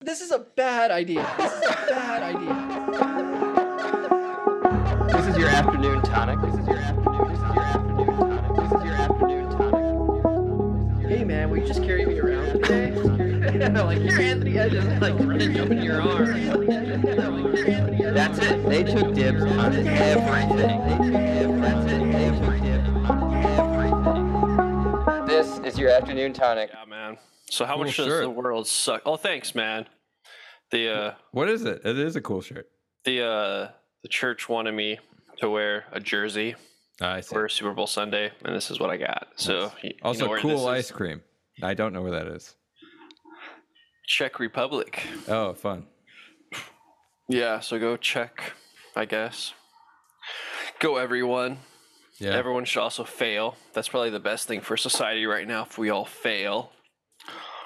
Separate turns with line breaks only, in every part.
This is a bad idea. This is a bad idea.
This is your afternoon tonic. This is your afternoon. This is your afternoon tonic. This is your afternoon tonic.
Hey man, will you just carry me around today? like you're Anthony Edges. Like running
jump in your
arm.
That's it. They took dibs on everything. They took dibs. That's it. They took dibs on everything. This is your afternoon tonic.
Yeah, man. So how
Cool
much does
shirt.
the world suck? Oh, thanks, man. The uh,
What is it? It is a cool shirt.
the uh, the church wanted me to wear a jersey
Ah, I see.
for Super Bowl Sunday, and this is what I got. So y- you know
Also,
where this
cool
is?
ice cream. I don't know where that is.
Czech Republic.
Oh, fun.
Yeah, so go check, I guess. Go everyone.
Yeah.
Everyone should also fail. That's probably the best thing for society right now if we all fail.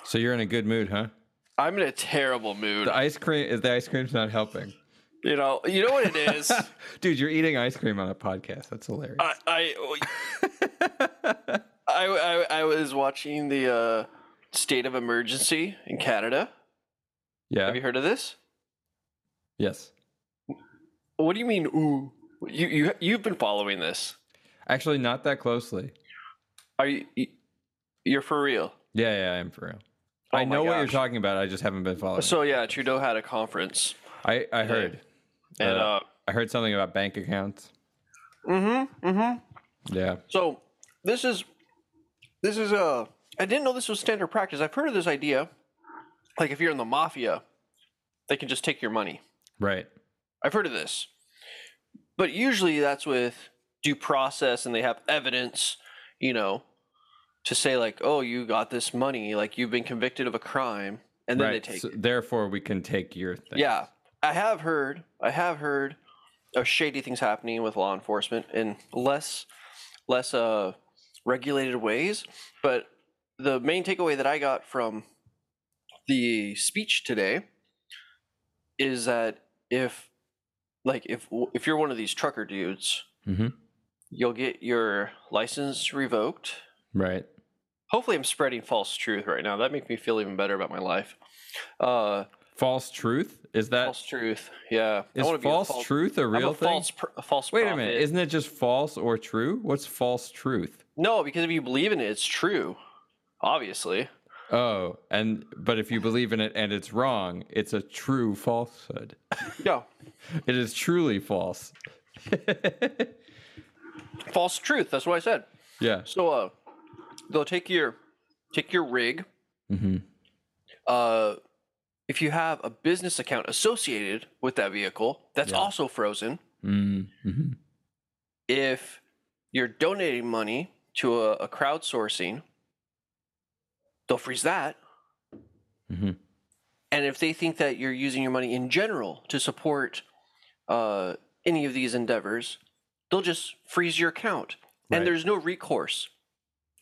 so you're in a good mood, huh?
I'm in a terrible mood.
The ice cream. The ice cream's not helping.
you know, you know what it is.
Dude, you're eating ice cream on a podcast. That's hilarious.
I, I, I, I, I was watching the uh, state of emergency in Canada.
yeah.
Have you heard of this?
yes.
What do you mean? Ooh, you you you've been following this.
Actually, not that closely.
Are you? you- You're for real.
Yeah, yeah, I am for real.
Oh
I
my
know what you're
gosh.
talking about. I just haven't been following.
So yeah, Trudeau had a conference,
I I heard.
and uh,
I heard something about bank accounts.
mm-hmm, mm-hmm.
Yeah.
So this is this is uh I didn't know this was standard practice. I've heard of this idea. Like if you're in the mafia, they can just take your money.
Right.
I've heard of this. But usually that's with due process and they have evidence, you know, to say like, "Oh, you got this money, like you've been convicted of a crime." And then
right.
they take
So therefore, we can take your thing.
yeah, I have heard. I have heard of shady things happening with law enforcement in less less uh, regulated ways. But the main takeaway that I got from the speech today is that if like if if you're one of these trucker dudes,
Mhm.
you'll get your license revoked.
Right.
Hopefully, I'm spreading false truth right now. That makes me feel even better about my life. Uh,
False truth is that
false truth. Yeah, I
is
wanna be a
false truth a
I'm
real
a
thing?
false, pr- a false.
Wait a
prophet.
minute. Isn't it just false or true? What's false truth?
no, because if you believe in it, it's true. Obviously,
Oh, and but if you believe in it and it's wrong, it's a true falsehood.
no,
It is truly false.
false truth. That's what I said.
yeah.
So, uh, they'll take your take your rig.
Mhm.
Uh, if you have a business account associated with that vehicle, that's
Yeah.
also frozen.
Mm, mhm.
If you're donating money to a, a crowdsourcing, they'll freeze that.
Mhm.
And if they think that you're using your money in general to support uh, any of these endeavors, they'll just freeze your account.
Right.
And there's no recourse.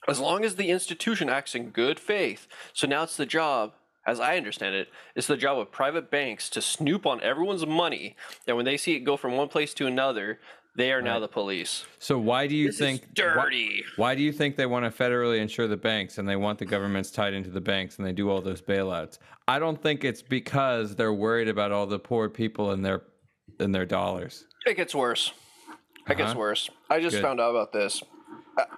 As long as the institution acts in good faith. So now it's the job, as I understand it, it's the job of private banks to snoop on everyone's money. And when they see it go from one place to another, they are now
Right.
the police.
So why do you
This
think
is
why-
dirty.
Why do you think they want to federally insure the banks and they want the governments tied into the banks and they do all those bailouts? I don't think it's because they're worried about all the poor people and their and their dollars.
It gets worse. It gets
Uh-huh.
worse. I just
Good.
found out about this.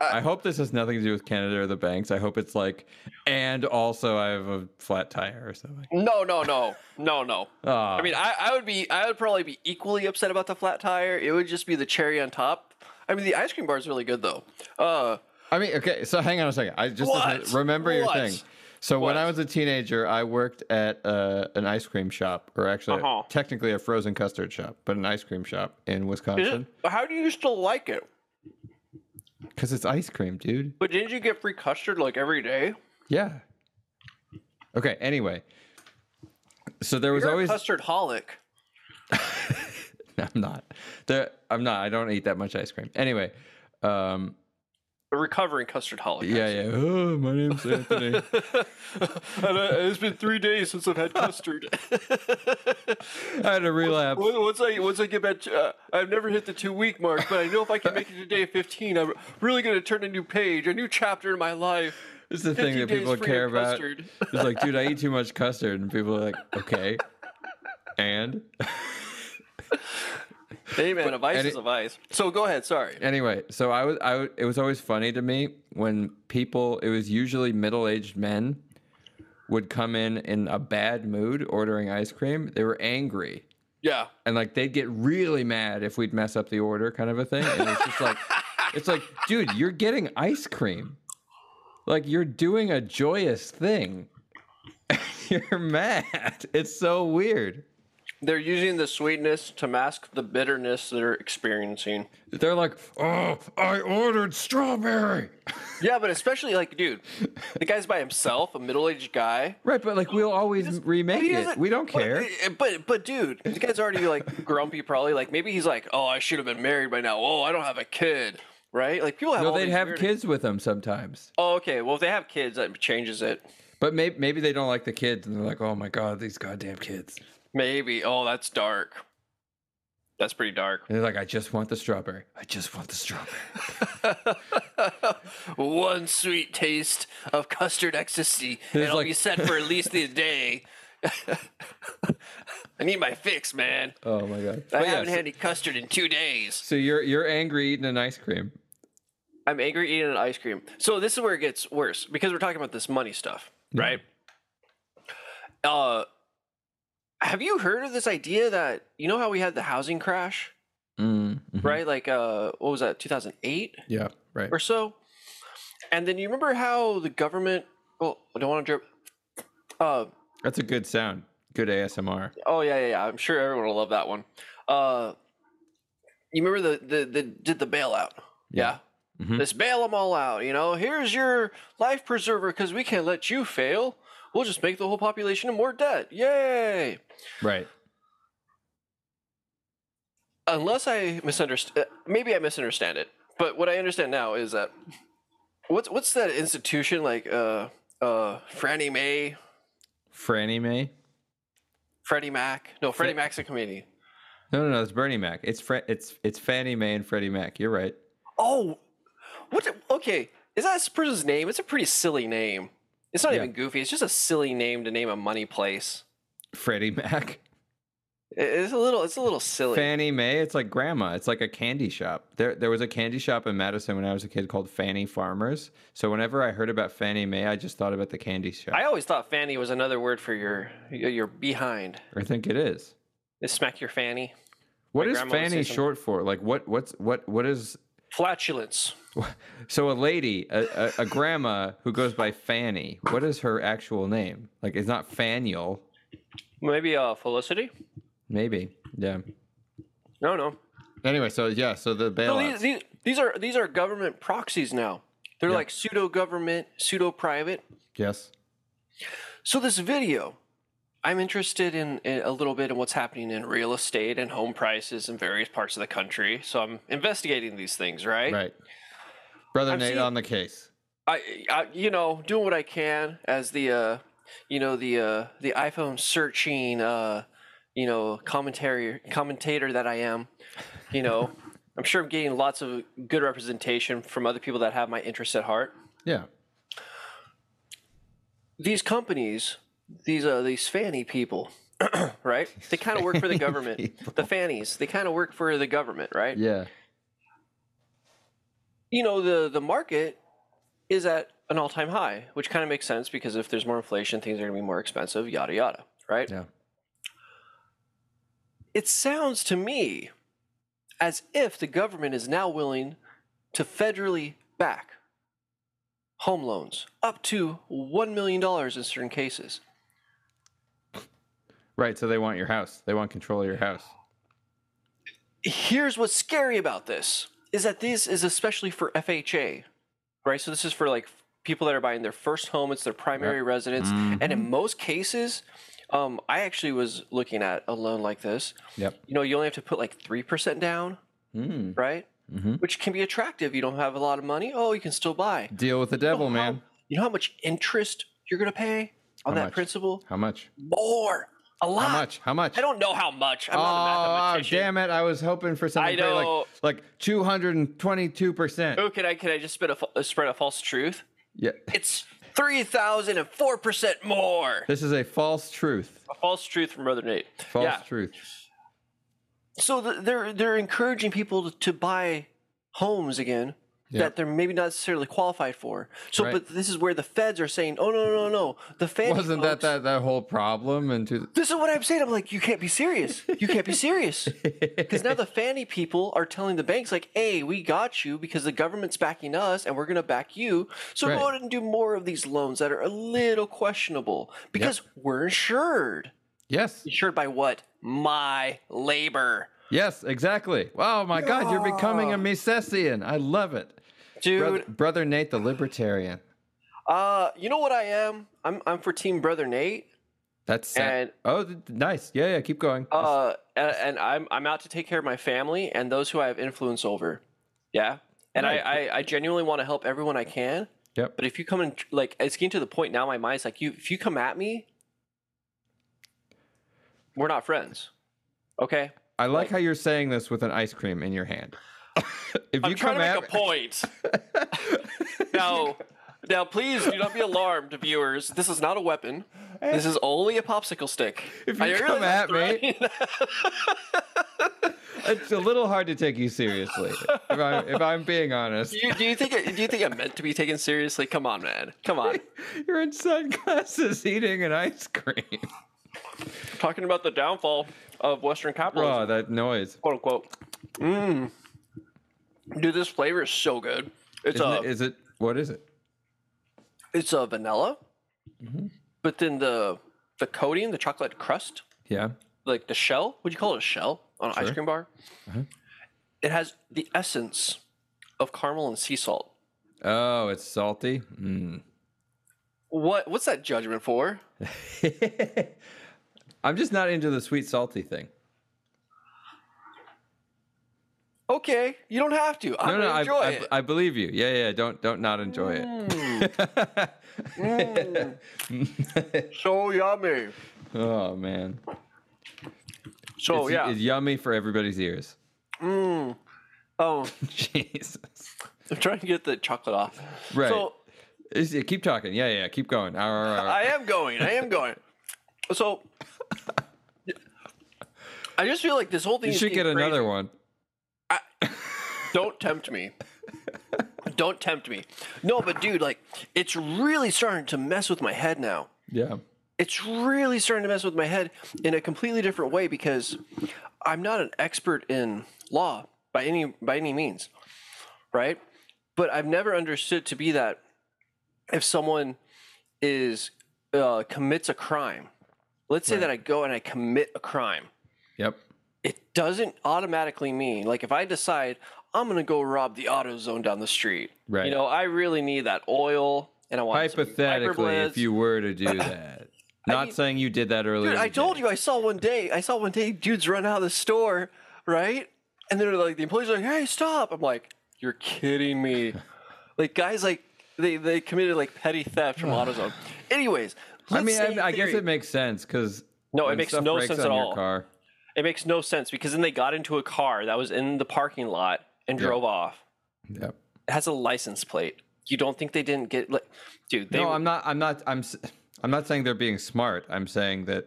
I hope this has nothing to do with Canada or the banks. I hope it's like, and also I have a flat tire or something.
No, no, no, no, no.
Ah,
I mean, I, I would be, I would probably be equally upset about the flat tire. It would just be the cherry on top. I mean, the ice cream bar is really good though. Uh,
I mean, okay. So hang on a second. I just
What?
remember your
What?
thing. So when
What?
I was a teenager, I worked at uh, an ice cream shop, or actually,
Uh-huh.
technically a frozen custard shop, but an ice cream shop in
is
Wisconsin
it, how do you still like it?
because it's ice cream, dude.
But didn't you get free custard like every day?
Yeah. Okay. Anyway, so there was
You're
always.
a custard holic.
I'm not. There. I'm not. I don't eat that much ice cream. Anyway. Um.
A recovering custard holic.
Yeah. Yeah. Oh, my name's Anthony.
and I, it's been three days since I've had custard.
I had a relapse.
Once once I once I get back, to, uh, I've never hit the two week mark, but I know if I can make it to day fifteen, I'm really going to turn a new page, a new chapter in my life.
It's the thing
50
that
days
people
free of
care about.
custard.
It's like, dude, I eat too much custard, and people are like, okay, and
Hey man, a vice
and
is
it-
a vice. So go ahead. Sorry.
anyway. So I was, I w- it was always funny to me when people. It was usually middle-aged men would come in in a bad mood ordering ice cream. They were angry.
Yeah.
and like they'd get really mad if we'd mess up the order kind of a thing and it's just like it's like dude you're getting ice cream like you're doing a joyous thing you're mad it's so weird
They're using the sweetness to mask the bitterness they're experiencing.
they're like oh i ordered strawberry
Yeah, but especially like, dude, the guy's by himself, a middle-aged guy.
right but like we'll always remake
He
it
doesn't-
we don't
but-
care
But, but dude, the guy's already like grumpy, probably. Like maybe he's like, oh, I should have been married by now. Oh, I don't have a kid, right? Like people have.
no
all
they'd
these
have
weird-
kids with them sometimes
Oh, okay. Well, if they have kids, that changes it.
but maybe, maybe they don't like the kids and they're like oh my god these goddamn kids
Maybe. Oh, that's dark. That's pretty dark.
and they're like i just want the strawberry i just want the strawberry
One sweet taste of custard ecstasy, and
It's
I'll
like-
be set for at least the day. I need my fix, man.
oh my god
I
But yeah,
haven't
so-
had any custard in two days.
So you're you're angry eating an ice cream.
I'm angry eating an ice cream. So this is where it gets worse because we're talking about this money stuff, right? Uh, have you heard of this idea that you know how we had the housing crash,
Mm, mhm.
right? Like, uh, what was that, 2008?
Yeah. Right.
or so. And then you remember how the government? Well, I don't want to drip. Uh,
That's a good sound. Good ASMR.
oh yeah, yeah, yeah. I'm sure everyone will love that one. Uh, you remember the the, the did the bailout?
Yeah. Mhm.
Let's bail them all out. You know, here's your life preserver because we can't let you fail. We'll just make the whole population in more debt. Yay!
Right.
unless I misunderstand, maybe I misunderstand it. But what I understand now is that what's what's that institution like? Uh, uh, Franny Mae,
Franny May.
Freddie Mac. No, Freddie
Fre-
Mac's a comedian.
No, no, no. It's Bernie Mac. It's Fre- it's it's Fannie Mae and Freddie Mac. You're right.
Oh, what? the- Okay, is that this person's name? It's a pretty silly name. It's not
Yeah.
even goofy. It's just a silly name to name a money place.
Freddie Mac.
I- It's a little. It's a little silly.
Fannie Mae. It's like grandma. It's like a candy shop. There there was a candy shop in Madison when I was a kid called Fannie Farmers. So whenever I heard about Fannie Mae, I just thought about the candy shop.
I
I,
always thought fanny was another word for your your behind.
think it is.
Is smack your fanny.
What is
grandma would say
Fanny
something.
short for? Like what what's what what is
Flatulence.
So a lady, a, a, a grandma who goes by Fanny. What is her actual name? Like it's not Fanniel.
Maybe uh, Felicity.
Maybe. Yeah.
No, no.
Anyway, so yeah, so the
No,
bailout.
these, these, these are these are government proxies now. They're like pseudo government, pseudo private.
yes.
So this video, I'm interested in, in a little bit in what's happening in real estate and home prices in various parts of the country. So I'm investigating these things, right?
Right. Brother
I've
Nate
seen-
on the case.
I, I, you know, doing what I can as the, uh, you know, the uh, the iPhone searching, uh, you know, commentary commentator that I am. You know, I'm sure I'm getting lots of good representation from other people that have my interests at heart.
Yeah.
these companies, these uh, these fanny people, right? They kind of work for the government. The fannies, they kind of work for the government, right?
Yeah.
You know, the the market is at an all time high, which kind of makes sense because if there's more inflation, things are going to be more expensive, yada yada, right?
Yeah.
It sounds to me as if the government is now willing to federally back home loans up to $1 million in certain cases.
Right. So they want your house. They want control of your house.
here's what's scary about this is that this is especially for FHA, right? So this is for like people that are buying their first home. It's their primary residence,
Mm-hmm.
and in most cases, um, I actually was looking at a loan like this.
Yep.
You know, you only have to put like three percent down,
Mm.
right?
Mhm.
Which can be attractive. You don't have a lot of money. Oh, you can still buy.
Deal with the
Oh,
devil, man.
You know how much interest you're gonna pay on
How
that
much?
principal?
How much?
More, a lot.
How much? How much?
I don't know how much. I'm not a
Oh, oh,
mathematician.
damn it. I was hoping for something
I
pretty,
know.
like like 222%.
Oh, can I can I just spread a fa- spread a false truth?
Yeah.
It's 3,004% more.
This is a false truth.
A false truth from Brother Nate.
False
yeah.
truth.
So th- they're they're encouraging people to, to buy homes again
Yeah.
that they're maybe not necessarily qualified for. So,
Right.
but this is where the feds are saying, "Oh no, no, no, no!" The feds
Wasn't that, that that whole problem? And to,
This is what I'm saying. I'm like, you can't be serious. You can't be serious. Because now the fanny people are telling the banks, like, hey, we got you because the government's backing us and we're going to back you. So
Right.
go ahead and do more of these loans that are a little questionable because we're insured.
yes,
Insured by what? My labor.
yes, exactly. Oh my God, you're becoming a Misesian. I love it,
Dude,
Brother, Brother Nate, the libertarian.
uh, you know what I am? I'm, I'm for Team Brother Nate.
That's sa-
And-
oh, th- nice. Yeah, yeah. Keep going.
Uh, and, and I'm I'm out to take care of my family and those who I have influence over. Yeah, and I, I I genuinely want to help everyone I can.
Yep.
But if you come and like, it's getting to the point now. in My mind's like, you if you come at me, we're not friends. Okay,
I like how you're saying this with an ice cream in your hand. if
I'm
you
trying
come
to make
at
a point. now, now, please do not be alarmed, viewers. This is not a weapon. This is only a popsicle stick.
If you
I
come at
realize
me-
that's
it's a little hard to take you seriously. if, I, if I'm being honest,
Do you, do you think it, do you think I'm meant to be taken seriously? Come on, man. Come on.
you're in sunglasses eating an ice cream.
Talking about the downfall of Western capitalism,
Oh, that noise.
quote unquote. Mmm. Dude, this flavor is so good. It's
Isn't
a
it- is it? What is it?
it's a vanilla,
Mm-hmm.
but then the the coating, the chocolate crust,
Yeah.
like the shell. Would you call it a shell on an ice
Sure. Mm-hmm.
cream bar? It has the essence of caramel and sea salt.
Oh, it's salty. Mm.
What what's that judgment for?
I'm just not into the sweet salty thing.
Okay, you don't have to. I'm
No, no,
gonna
I,
enjoy
I,
it.
I believe you. Yeah, yeah. Don't don't not enjoy
Mm.
it.
so yummy.
oh man.
So
it's,
Oh, yeah.
It's yummy for everybody's ears.
oh,
Jesus.
I'm trying to get the chocolate off.
Right.
So
Is- yeah, keep talking. Yeah, yeah. Keep going. All right, all right, all right.
I am going. I am going. So I just feel like this whole thing.
You
is
should
getting
get another
crazy.
one.
Don't tempt me. Don't tempt me. No, but dude, like it's really starting to mess with my head now.
Yeah.
It's really starting to mess with my head in a completely different way because I'm not an expert in law by any by any means, right? But I've never understood to be that if someone is uh, commits a crime, let's say that I go and I commit a crime,
Yep.
it doesn't automatically mean like if I decide I'm gonna go rob the auto zone down the street,
Right.
You know, I really need that oil and I want some
Hypothetically, if
Hyperblitz.
you were to do that, not
mean-
saying you did that earlier.
Dude, I told you I saw one day. I saw one day dudes run out of the store, right? And they're like, the employees are like, "Hey, stop!" I'm like, "You're kidding me!" like guys, like they they committed like petty theft from AutoZone. Anyways,
I
let's
mean,
say in
I, I guess
theory-
it makes sense because
No, it makes no sense at all.
Car,
it makes no sense because then they got into a car that was in the parking lot and
Yeah.
drove off.
yep.
It has a license plate. You don't think they didn't get like, dude? They
no, I'm not. I'm not. I'm. s- I'm not saying they're being smart. I'm saying that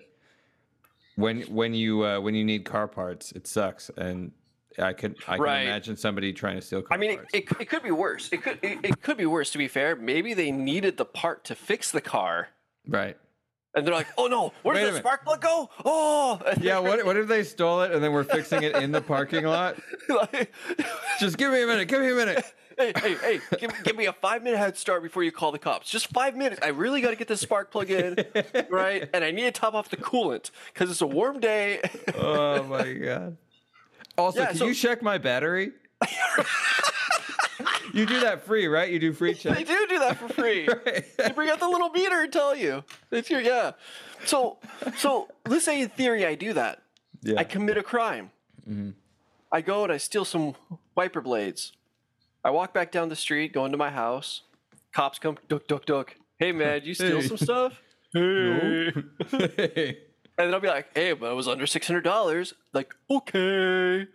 when when you uh, when you need car parts, it sucks, and I can I can
Right.
imagine somebody trying to steal car
I mean, it,
parts.
it, it could be worse. It could it, it could be worse. To be fair, maybe they needed the part to fix the car.
right.
And they're like, oh no, where
Wait a
does the
minute.
spark plug go? Oh! And
Yeah. What what if they stole it and then we're fixing it in the parking lot?
like,
Just give me a minute. Give me a minute.
hey, hey, hey, give, give me a five minute head start before you call the cops. Just five minutes. I really got to get this spark plug in, right? And I need to top off the coolant because it's a warm day.
Oh my god. Also,
Yeah,
can
so-
you check my battery? you do that free, right? You do free
they
check.
do do that for free. They bring out the little meter and tell you. It's your, yeah. So, so let's say in theory I do that.
Yeah.
I commit a crime. I go and I steal some wiper blades. I walk back down the street, go into my house. Cops come, duck, duck, duck. Hey, man, you steal
Hey.
some stuff? Hey. And then I'll be like, hey, but it was under $600. Like, okay.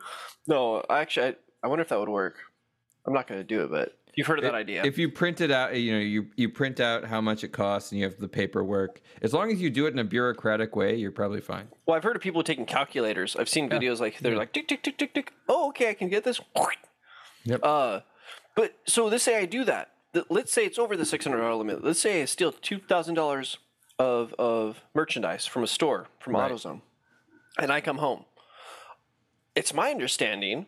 No, actually, I, I wonder if that would work. I'm not going to do it, but You've heard of that
If-
idea.
If you print it out, you know, you you print out how much it costs and you have the paperwork. As long as you do it in a bureaucratic way, you're probably fine.
well, I've heard of people taking calculators. I've seen videos like they're like tick tick tick tick tick. Oh, okay, I can get this.
Yep.
Uh, but so let's say I do that. Th- Let's say it's over the six hundred dollar limit. Let's say I steal two thousand dollars of of merchandise from a store from
Right.
AutoZone, and I come home. It's my understanding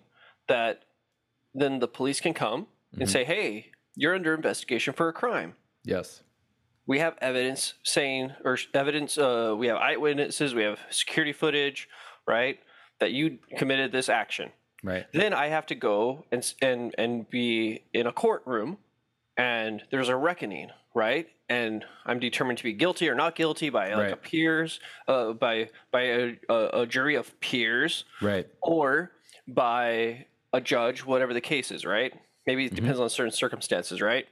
that then the police can come
Mm-hmm.
and say, "Hey, you're under investigation for a crime."
Yes.
we have evidence saying or sh- evidence uh, we have eyewitnesses we have security footage right that you committed this action
Right.
then i have to go and s- and and be in a courtroom and there's a reckoning right and i'm determined to be guilty or not guilty by like a
Right.
peers uh, by by a, a, a jury of peers
Right.
or by a judge, whatever the case is, right? Maybe it depends on certain circumstances, right?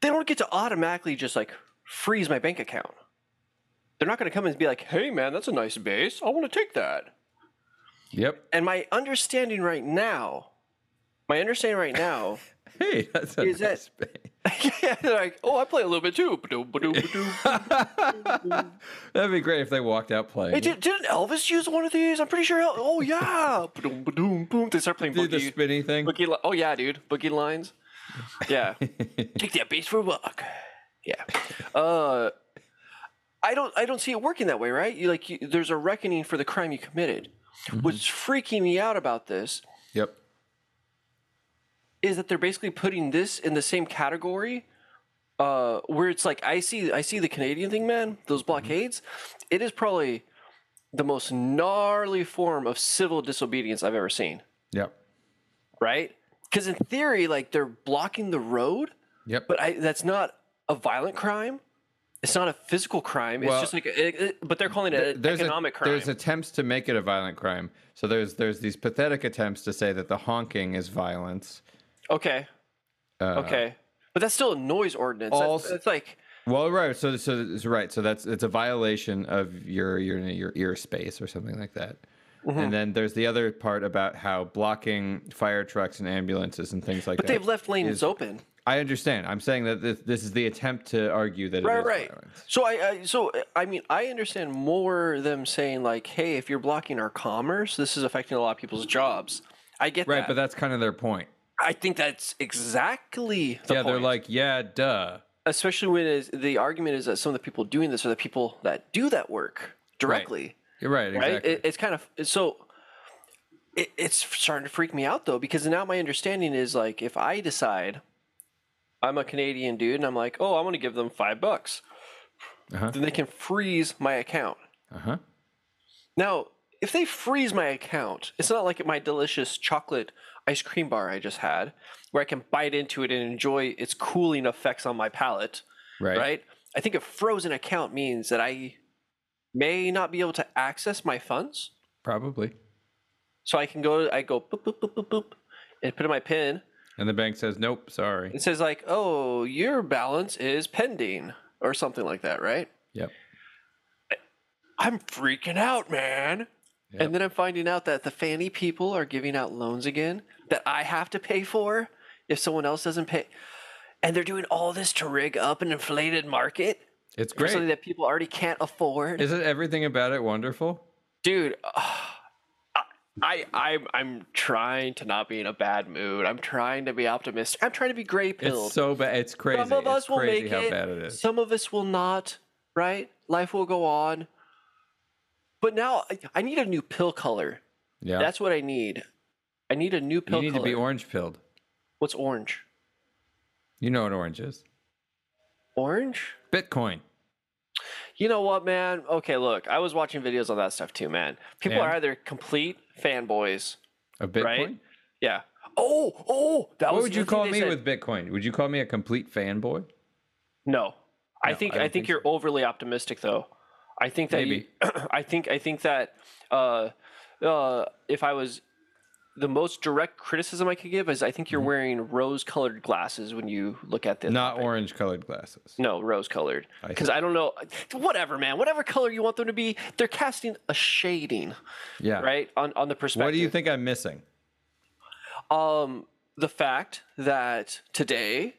They don't get to automatically just like freeze my bank account. They're not going to come and be like, hey, man, that's a nice base. I want to take that.
Yep.
And my understanding right now, my understanding right now
Hey, that's a
Is that-
nice base.
yeah, they're like, oh, I play a little bit too. Ba-doom, ba-doom, ba-doom.
That'd be great if they walked out playing.
hey,
it.
did, didn't Elvis use one of these? I'm pretty sure. El- oh, yeah. Ba-doom, ba-doom, boom. They start playing
Do the
Boogie-
spinny thing.
Boogie li- oh yeah, dude, boogie lines. Yeah, take that bass for a walk. Yeah. Uh, I don't, I don't see it working that way, right? You like, you, there's a reckoning for the crime you committed. What's freaking me out about this
Yep.
is that they're basically putting this in the same category. Uh, where it's like I see, I see the Canadian thing, man. Those blockades, it is probably the most gnarly form of civil disobedience I've ever seen.
Yep.
right? Because in theory, like they're blocking the road,
Yep.
but I, that's not a violent crime. It's not a physical crime.
Well,
it's just like, a, it, it- but they're calling it
Th-
an
there's
uh, economic
a,
crime.
There's attempts to make it a violent crime. So there's there's these pathetic attempts to say that the honking is violence.
okay,
Uh,
okay, but that's still a noise ordinance.
all
that's,
s-
it's like,
Well, right. So so it's right. So that's it's a violation of your your your ear space or something like that.
Mm-hmm.
And then there's the other part about how blocking fire trucks and ambulances and things like
but
that.
they've left lanes
is-
open.
I understand. I'm saying that this, this is the attempt to argue that it
Right,
is
right.
violence.
So I, I, so uh, I mean, I understand more them saying like, hey, if you're blocking our commerce, this is affecting a lot of people's jobs. I get
Right,
that.
but that's kind of their point.
I think that's exactly the
yeah, they're
point.
like, yeah, duh.
especially when is the argument is that some of the people doing this are the people that do that work directly
You're right.
right,
Exactly.
It, it's kind of so it, it's starting to freak me out though because now my understanding is like if i decide i'm a canadian dude and i'm like oh i want to give them five bucks
Uh-huh.
then they can freeze my account
Uh huh.
now if they freeze my account it's not like my delicious chocolate ice cream bar i just had where i can bite into it and enjoy its cooling effects on my palate
Right.
right. I think a frozen account means that I may not be able to access my funds.
Probably.
So I can go, I go boop, boop, boop, boop, boop, and put in my PIN.
And the bank says, nope, sorry.
It says, like, oh, your balance is pending or something like that, right?
Yep.
I'm freaking out, man.
Yep.
And then I'm finding out that the Fannie people are giving out loans again that I have to pay for if someone else doesn't pay. And they're doing all this to rig up an inflated market
It's
for something
great.
that people already can't afford.
Isn't everything about it wonderful?
dude ah, I, I I'm I'm trying to not be in a bad mood. I'm trying to be optimistic. I'm trying to be gray pilled.
It's so bad. It's crazy.
Some of us
it's
will
crazy
make
how
it.
bad it is.
Some of us will not. Right? Life will go on. But now I, I need a new pill color.
yeah.
That's what I need. I need a new pill
you need
color.
to be orange pilled.
What's orange?
You know what orange is.
Orange?
Bitcoin.
You know what, man? Okay, look, I was watching videos on that stuff too, man. People
And?
are either complete fanboys.
A Bitcoin?
Right? Yeah. Oh, oh, that
What
was
would
the
you
other thing
call
they
me
said.
with Bitcoin? Would you call me a complete fanboy?
No, I
No,
think
I
I,
don't
think,
think
you're overly optimistic, though. I think that
Maybe.
You, I think I think that uh, uh, if I was the most direct criticism I could give is I think you're wearing rose-colored glasses when you look at this.
Mm-hmm. Not orange colored glasses.
No, rose-colored.
I
Because I don't know. Whatever, man. Whatever color you want them to be, they're casting a shading,
Yeah.
right, on on the perspective.
What do you think I'm missing?
Um, the fact that today,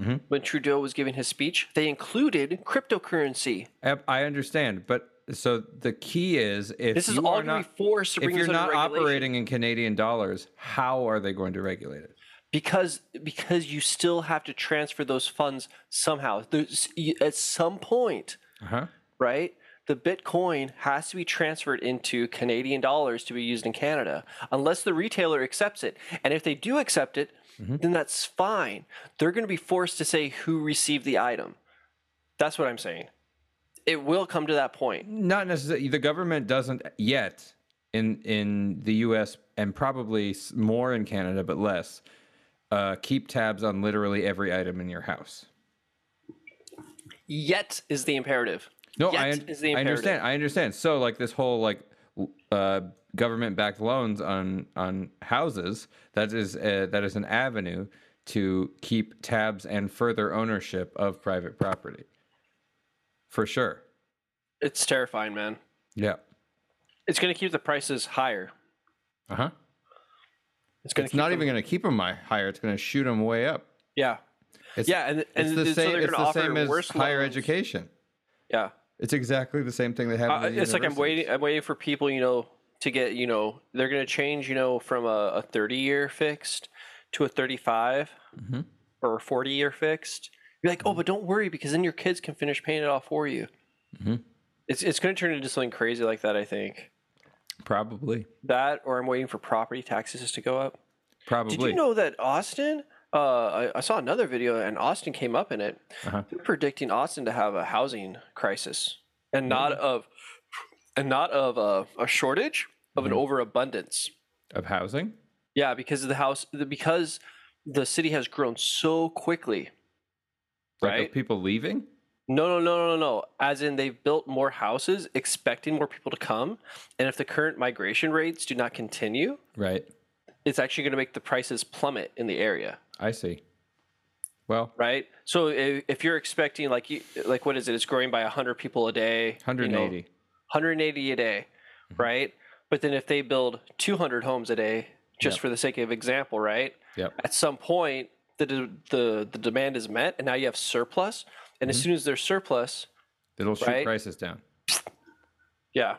Mhm.
when Trudeau was giving his speech, they included cryptocurrency.
I I understand, but so the key is if
This is
you
all
are
going
not
to be forced to
if
bring
you're
this under
not
regulation.
operating in Canadian dollars, how are they going to regulate it?
because because you still have to transfer those funds somehow. There's, you- at some point,
Uh-huh.
right? The Bitcoin has to be transferred into Canadian dollars to be used in Canada, unless the retailer accepts it. And if they do accept it, then that's fine. They're going to be forced to say who received the item. That's what I'm saying. It will come to that point.
Not necessarily. The government doesn't yet in in the U.S. and probably s- more in Canada, but less. Uh, keep tabs on literally every item in your house.
Yet is the imperative.
No,
Yet
I,
is the
I
imperative.
understand. I understand. So like this whole like l- uh, government backed loans on on houses that is uh that is an avenue to keep tabs and further ownership of private property. For sure.
It's terrifying, man.
Yeah.
It's going to keep the prices higher.
Uh huh.
It's going
It's
to
not even going to keep them higher. It's going to shoot them way up.
yeah
It's,
yeah and
It's
and
the
th- so
same.
they're going to
it's
offer
the same as
worse
higher
loans.
education.
Yeah,
It's exactly the same thing that
uh,
happened.
it's like I'm waiting. I'm waiting for people, you know, to get you know they're going to change, you know, from a, a 30 year fixed to a 35
Mhm.
or a 40 year fixed. You're like,
Mm-hmm.
oh, but don't worry because then your kids can finish paying it off for you.
Mhm.
It's it's going to turn into something crazy like that. I think
Probably.
that, or I'm waiting for property taxes to go up.
Probably.
Did you know that Austin? Uh, I, I saw another video, and Austin came up in it.
Uh-huh.
They're predicting Austin to have a housing crisis, and not of, and not of a, a shortage of an overabundance.
of housing?
Yeah, because of the house, the- because the city has grown so quickly.
Like
Right.
of people leaving?
No, no, no, no, no. As in, they've built more houses, expecting more people to come, and if the current migration rates do not continue,
Right.
it's actually going to make the prices plummet in the area.
I see. Well,
right? So if, if you're expecting like you like what is it? It's growing by 100 people a day. you know,
180.
180 a day,
Mm-hmm.
right? But then if they build 200 homes a day, just
Yep.
for the sake of example, right?
Yep.
At some point, the de- the the demand is met, and now you have surplus. And
Mm-hmm.
as soon as there's surplus,
It'll shoot
Right?
prices down.
yeah,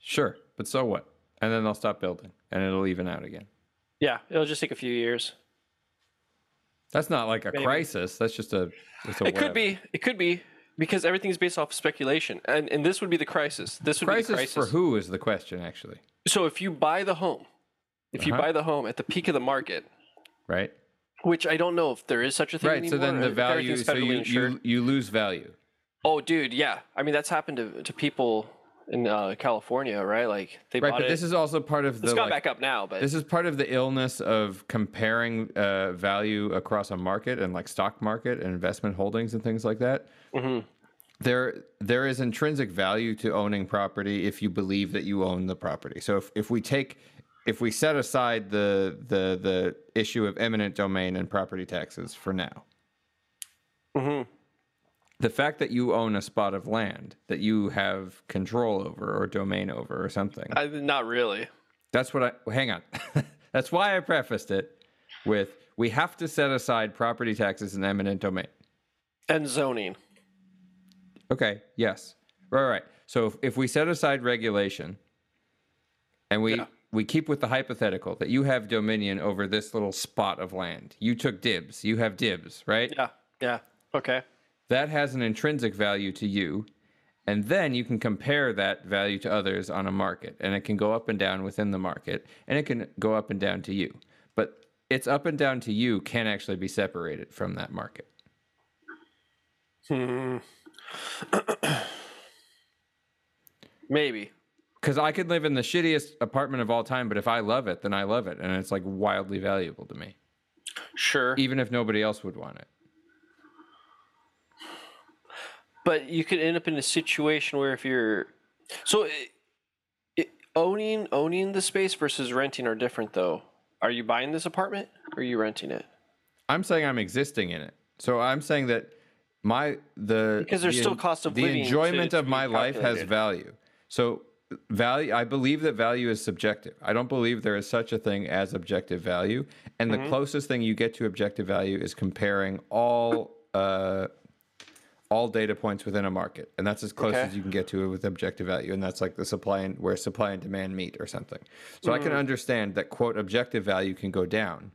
Sure. But so what? And then they'll stop building and it'll even out again.
yeah, it'll just take a few years.
That's not like a
Maybe.
crisis. That's just a. It's a
It could
whatever.
be. It could be because everything's based off speculation, and and this would be the crisis. This would
Crisis,
be the crisis
for who is the question, actually,
So if you buy the home, if you
Uh-huh.
buy the home at the peak of the market,
right?
which I don't know if there is such a thing.
Right. So
anymore,
then
or
the
if
value.
everything's
So
federally
you,
insured.
you you lose value.
Oh, dude, yeah. I mean, that's happened to, to people in uh, California, right? Like they
Right.
bought
But
it.
this is also part of the.
it's gone
like,
back up now, but
This is part of the illness of comparing uh, value across a market and like stock market and investment holdings and things like that.
Mm-hmm.
There, there is intrinsic value to owning property if you believe that you own the property. So if, if we take, if we set aside the the the issue of eminent domain and property taxes for now,
Mm-hmm.
the fact that you own a spot of land that you have control over or domain over or something
I, not really.
that's what I well, hang on. That's why I prefaced it with we have to set aside property taxes and eminent domain.
And zoning.
Okay, yes. Right, right. So if, if we set aside regulation and we
Yeah.
we keep with the hypothetical that you have dominion over this little spot of land. You took dibs. You have dibs, right?
Yeah, yeah. Okay.
That has an intrinsic value to you. And then you can compare that value to others on a market, and it can go up and down within the market, and it can go up and down to you. But it's up and down to you can actually be separated from that market.
Maybe.
Because I could live in the shittiest apartment of all time, but if I love it, then I love it, and it's like wildly valuable to me,
Sure.
even if nobody else would want it.
But you could end up in a situation where if you're so it, it, owning owning the space versus renting are different though. Are you buying this apartment or are you renting it?
I'm saying I'm existing in it. So I'm saying that my the
Because there's
the
still
en-
cost of
the
living to-
enjoyment
to
of
be
my life has
calculated.
value. So value i believe that value is subjective i don't believe there is such a thing as objective value and the closest thing you get to objective value is comparing all uh, all data points within a market and that's as close
Okay.
as you can get to it with objective value and that's like the supply and where supply and demand meet or something so i can understand that quote objective value can go down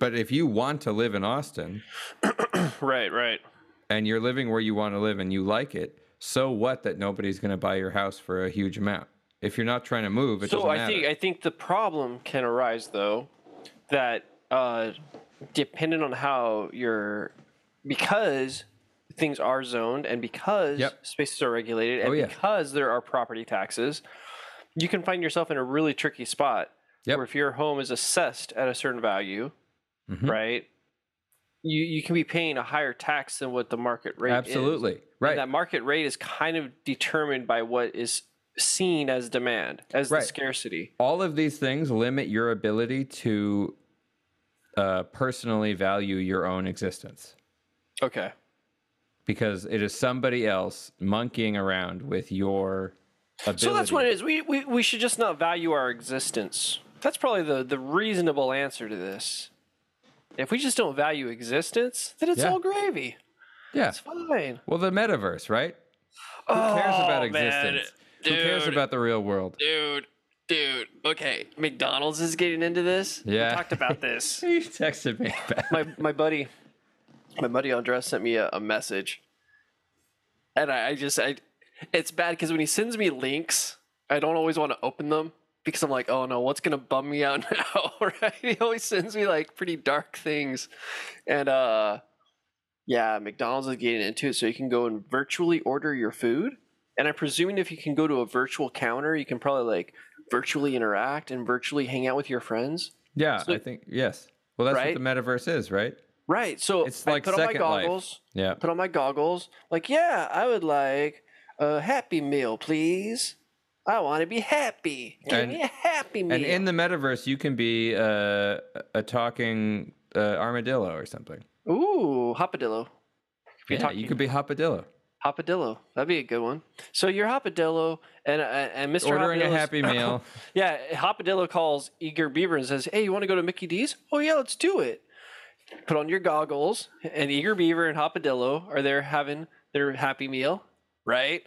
but if you want to live in austin
Right, right.
and you're living where you want to live and you like it, so what that nobody's going to buy your house for a huge amount? If you're not trying to move, it
So
doesn't
I
matter.
think I think the problem can arise though that uh, dependent on how you're because things are zoned and because
Yep.
spaces are regulated and
Oh, yeah.
because there are property taxes, you can find yourself in a really tricky spot
Yep.
where if your home is assessed at a certain value,
Mhm.
right? You, you can be paying a higher tax than what the market rate is.
absolutely
And
right.
that market rate is kind of determined by what is seen as demand, as
Right.
the scarcity.
All of these things limit your ability to uh, personally value your own existence
Okay.
because it is somebody else monkeying around with your ability.
So that's what it is. We, we, we should just not value our existence. That's probably the, the reasonable answer to this. If we just don't value existence, then it's
Yeah.
all gravy.
Yeah.
It's fine.
Well, the metaverse, right? Who cares
Oh,
about existence? Who cares
Dude.
about the real world?
Dude, dude. Okay, McDonald's is getting into this.
Yeah.
We talked about this.
You texted me. About
my my buddy, my buddy Andres sent me a, a message, and I, I just I, it's bad because when he sends me links, I don't always want to open them because I'm like, oh no, what's gonna bum me out now? right? He always sends me like pretty dark things, and uh, yeah, McDonald's is getting into it, so you can go and virtually order your food. And I'm presuming if you can go to a virtual counter, you can probably like virtually interact and virtually hang out with your friends.
Yeah, I
So-
think yes. Well, that's
Right?
what the metaverse is, right?
Right. So
It's
I
like
put on my
Second Life.
goggles.
Yeah.
put on my goggles. Like, yeah, I would like a happy meal, please. I want to be happy. Give
And-
me a happy meal.
And in the metaverse, you can be uh, a talking uh, armadillo or something.
Ooh, hoppadillo. You're
Yeah, you
talking-
could be hoppadillo.
Hoppadillo. That'd be a good one. So you're hoppadillo, and uh, and Mr.
Ordering a
Hoppadillo's-
happy meal.
yeah, hoppadillo calls Eager Beaver and says, "Hey, you want to go to Mickey D's? Oh yeah, let's do it." Put on your goggles, and Eager Beaver and Hoppadillo are there having their happy meal, right?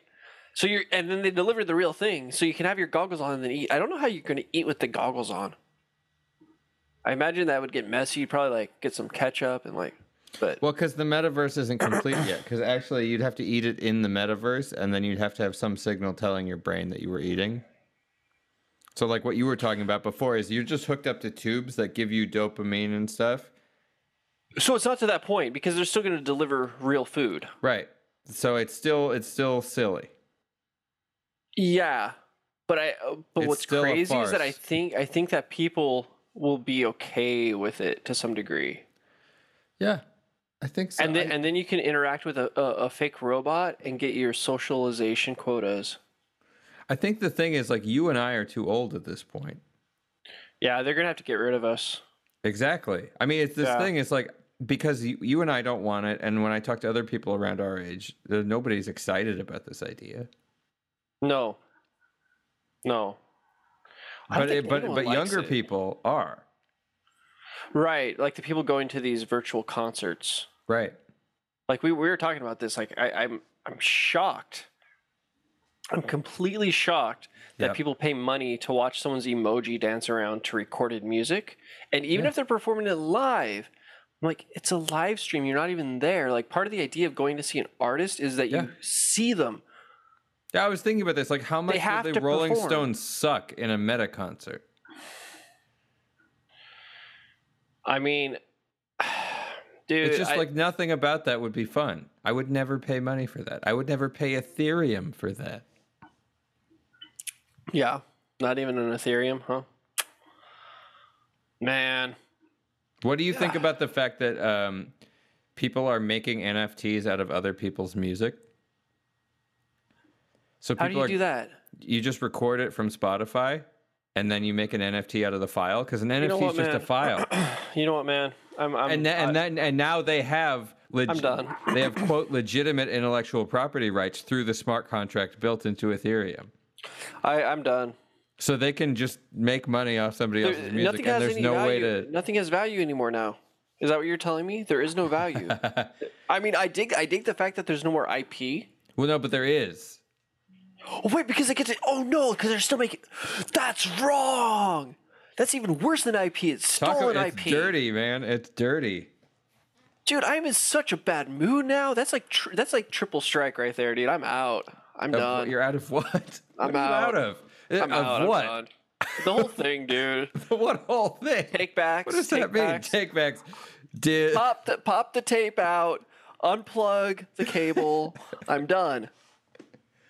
So you're, and then they deliver the real thing, so you can have your goggles on and then eat. I don't know how you're going to eat with the goggles on. I imagine that would get messy. You'd probably like get some ketchup and like, but
well, because the metaverse isn't complete yet. Because actually, you'd have to eat it in the metaverse, and then you'd have to have some signal telling your brain that you were eating. So, like what you were talking about before is you're just hooked up to tubes that give you dopamine and stuff.
so it's not to that point because they're still going to deliver real food.
Right. So it's still it's still silly.
Yeah, but I. uh, But
It's
what's
still a
crazy is that I
farce.
think I think that people will be okay with it to some degree,
Yeah, I think so.
and then and then you can interact with a, a, a fake robot and get your socialization quotas.
I think the thing is, like, you and I are too old at this point.
Yeah, they're gonna have to get rid of us.
Exactly. I mean, it's this
Yeah.
thing. It's like because you, you and I don't want it, and when I talk to other people around our age, there- nobody's excited about this idea.
No. No. I don't
But it,
think
but
anyone
but
likes
younger
it.
people are
right? Like the people going to these virtual concerts.
right.
like we, we were talking about this like I, i'm i'm shocked i'm completely shocked that
Yep.
people pay money to watch someone's emoji dance around to recorded music and even if they're performing it live I'm like it's a live stream you're not even there like part of the idea of going to see an artist is that
Yeah.
you see them
Yeah, I was thinking about this. Like, how much
have
would the
to
Rolling
perform.
Stones suck in a meta concert?
i mean dude
It's just
I-
like nothing about that would be fun. I would never pay money for that. I would never pay Ethereum for that.
yeah not even an ethereum huh man
What do you think about the fact that um, people are making NFTs out of other people's music? So people
how do you
are,
do that
You just record it from Spotify, and then you make an NFT out of the file because an NFT
know what,
is just
man?
a file.
you know what man i'm, I'm
and tha-
I-
and then and now they have leg-
I'm done.
They have quote legitimate intellectual property rights through the smart contract built into Ethereum.
I, I'm done.
So they can just make money off somebody
There-
else's music, and there's no
value.
way to.
Nothing has value anymore now. Is that what you're telling me? There is no value. I mean, I dig. I dig the fact that there's no more IP.
Well, no, but there is.
Oh wait, because they get to. Oh no, because they're still making. That's wrong. That's even worse than IP. It's
Talk
stolen
about it's
IP.
dirty, man. It's dirty.
Dude, I'm in such a bad mood now. That's like tr- that's like triple strike right there, dude. I'm out. I'm
Of-
done.
You're out of what? What
I'm
are you
out.
of. Eh,
I'm
of
out. I'm
what?
done. The whole thing, dude.
what whole thing?
Take backs.
What does
take
that mean?
backs.
Take backs. Did
pop the pop the tape out, unplug the cable. I'm done.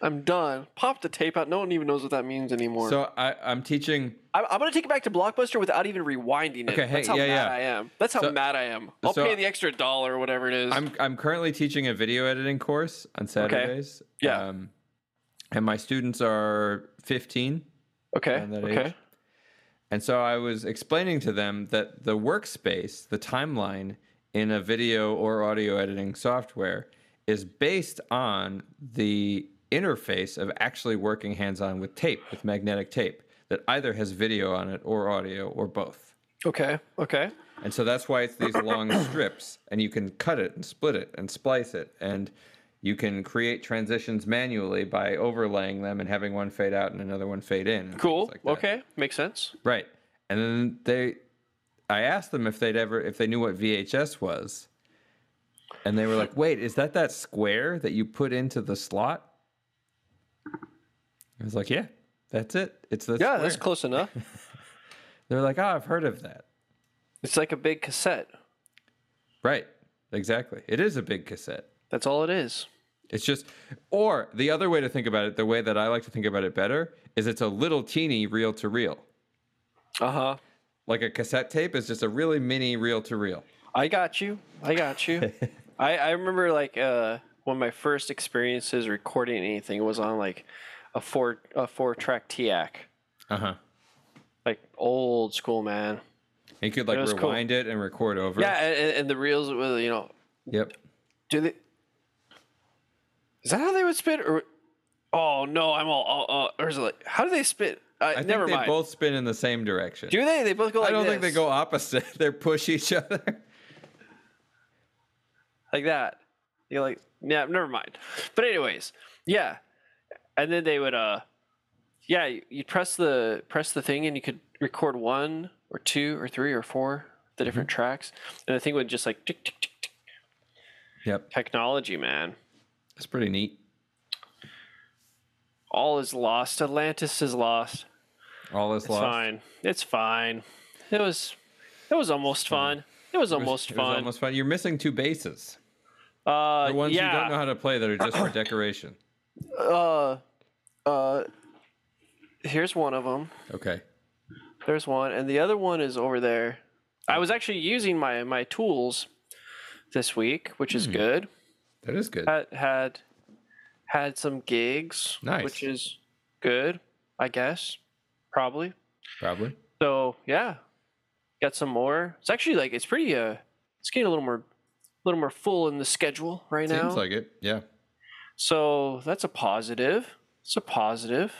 I'm done. Pop the tape out. No one even knows what that means anymore.
so I, I'm teaching.
I'm, I'm gonna take it back to Blockbuster without even rewinding it.
Okay, hey,
That's how
yeah,
mad
yeah.
I am. That's how
So-
mad I am. I'll
so-
pay the extra dollar or whatever it is.
I'm I'm currently teaching a video editing course on Saturdays.
Yeah.
Um, and my students are 15,
okay.
around that
Okay.
age. and so I was explaining to them that the workspace, the timeline in a video or audio editing software, is based on the interface of actually working hands-on with tape, with magnetic tape, that either has video on it or audio or both.
Okay. Okay.
And so that's why it's these long strips, and you can cut it and split it and splice it, and you can create transitions manually by overlaying them and having one fade out and another one fade in. and things
Cool.
like that.
okay. Makes sense.
Right. And then they, I asked them if they'd ever, if they knew what VHS was. And they were like, wait, is that that square that you put into the slot? I was like, yeah, that's it. It's the
Yeah,
square.
that's close enough.
They're like, oh, I've heard of that.
It's like a big cassette.
Right. Exactly. It is a big cassette.
That's all it is.
It's just, or the other way to think about it, the way that I like to think about it better, is it's a little teeny reel to reel.
Uh huh.
Like a cassette tape is just a really mini reel to reel.
I got you. I got you. I, I remember like uh, one of my first experiences recording anything was on like a four a four track TAC,
Uh
Uh-huh.
huh.
like old school man.
You could like
It was cool.
rewind it and record over.
Yeah, and, and the reels was you know
Yep.
do they is that how they would spit or oh no I'm all oh, oh, or is it like how do they spit? Uh,
I think
never
they
mind.
both spin in the same direction.
do they? They both go like
I don't think they
this,
go opposite. they push each other.
like that. You're like yeah, never mind. But anyways, yeah, and then they would uh yeah you- you'd press the press the thing and you could record one or two or three or four the different
Mm-hmm.
tracks and the thing would just like tick, tick, tick, tick.
Yep.
technology man
That's pretty neat.
all is lost atlantis is lost
All is
it's
lost.
fine it's fine it was it was almost fun it was
It was-
almost
it was
fun
almost fun. You're missing two bases.
uh
The ones
yeah
you don't know how to play that are just for decoration.
uh uh here's one of them
Okay.
There's one, and the other one is over there. I was actually using my my tools this week, which
Hmm.
is good.
That is good.
Had had had some gigs,
Nice.
which is good, I guess, probably.
Probably.
So yeah, got some more. It's actually like it's pretty. Uh, it's getting a little more, little more full in the schedule right now.
Seems like it. Yeah.
so that's a positive. It's a positive.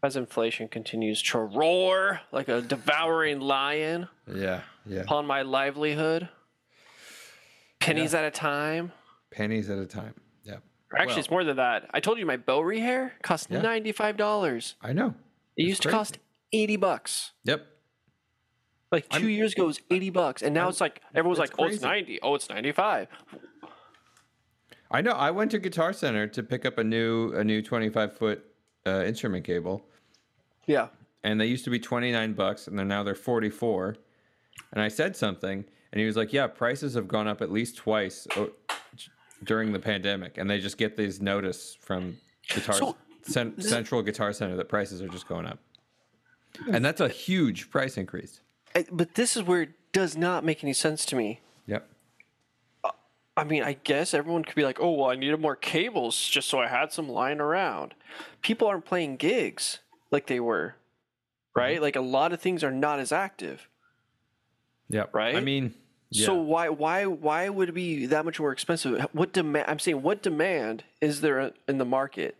As inflation continues to roar like a devouring lion.
Yeah. Yeah.
upon my livelihood, pennies at a time.
Pennies at a time. Yeah.
Or actually,
Well-
it's more than that. I told you my Bowery hair cost
Yeah.
ninety five dollars.
I know.
It
That's
used to
crazy.
cost eighty bucks.
Yep.
Like 2
I'm-
years ago, it was eighty bucks, and now it's like everyone's
that's
like, "Oh, it's
crazy.
ninety. Oh, it's ninety five.
I know. I went to Guitar Center to pick up a new a new 25 foot uh, instrument cable.
Yeah.
and they used to be 29 bucks and they're now they're 44 and i said something and he was like yeah prices have gone up at least twice o- during the pandemic and they just get these notice from guitar
So-
cen- central guitar center that prices are just going up and that's a huge price increase
I- But this is where it does not make any sense to me.
yep
I mean, I guess everyone could be like, "Oh, well, I needed more cables just so I had some lying around." People aren't playing gigs like they were, right? Like a lot of things are not as active.
yep
Right?
i mean
So why why why would it be that much more expensive? What demand? I'm saying what demand is there in the market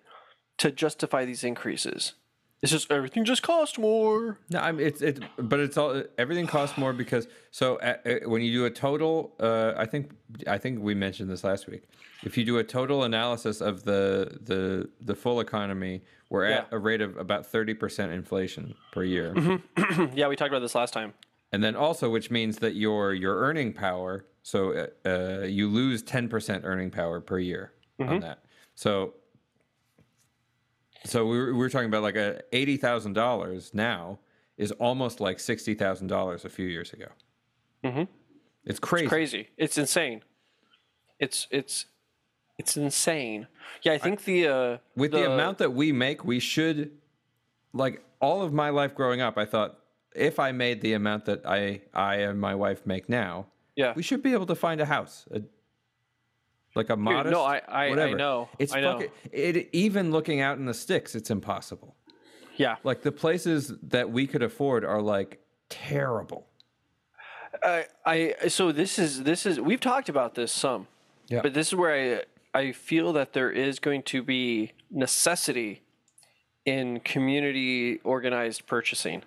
to justify these increases? It's just everything just costs more.
No, I'm it's it, but it's all everything costs more because so uh, uh, when you do a total, uh, I think I think we mentioned this last week. If you do a total analysis of the the the full economy, we're at
Yeah.
a rate of about thirty percent inflation per year,
yeah, we talked about this last time.
and then also which means that your your earning power, so uh, uh, you lose ten percent earning power per year on that. So so we were, we were talking about like a eighty thousand dollars now is almost like sixty thousand dollars a few years ago. Mm-hmm. It's crazy.
Crazy. It's insane. It's it's it's insane. Yeah, I think the uh,
With the, amount that we make, we should like all of my life growing up. I thought if I made the amount that I I and my wife make now,
Yeah.
we should be able to find a house. a- like a modest,
I- I- I
whatever.
know.
It's
I know.
fucking it. Even looking out in the sticks, it's impossible.
Yeah.
Like the places that we could afford are like terrible.
I, I so this is this is we've talked about this some.
Yeah.
But this is where I I feel that there is going to be necessity in community organized purchasing.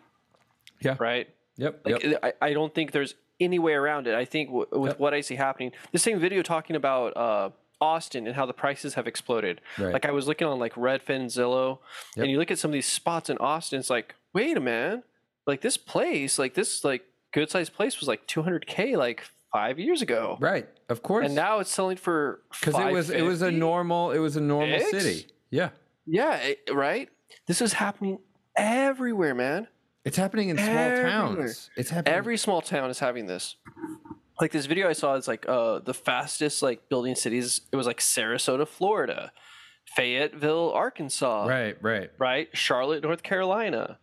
Yeah.
Right?
Yep.
Like
yep.
I, I don't think there's any way around it. I think w- with what I see happening, the same video talking about uh, Austin and how the prices have exploded.
Right.
Like I was looking on like Redfin, Zillow,
Yep.
and you look at some of these spots in Austin. It's like, wait a man, like this place, like this like good sized place was like 200k like five years ago,
right. Of course.
and now it's selling for
because it was it was a
550?
normal it was a normal
Eggs?
city. Yeah,
yeah it- right. This is happening everywhere, man.
it's happening in small
Everywhere.
towns. It's happening.
every small town is having this like this video i saw is like uh the fastest like building cities it was like sarasota florida fayetteville arkansas
right, right.
right? charlotte north carolina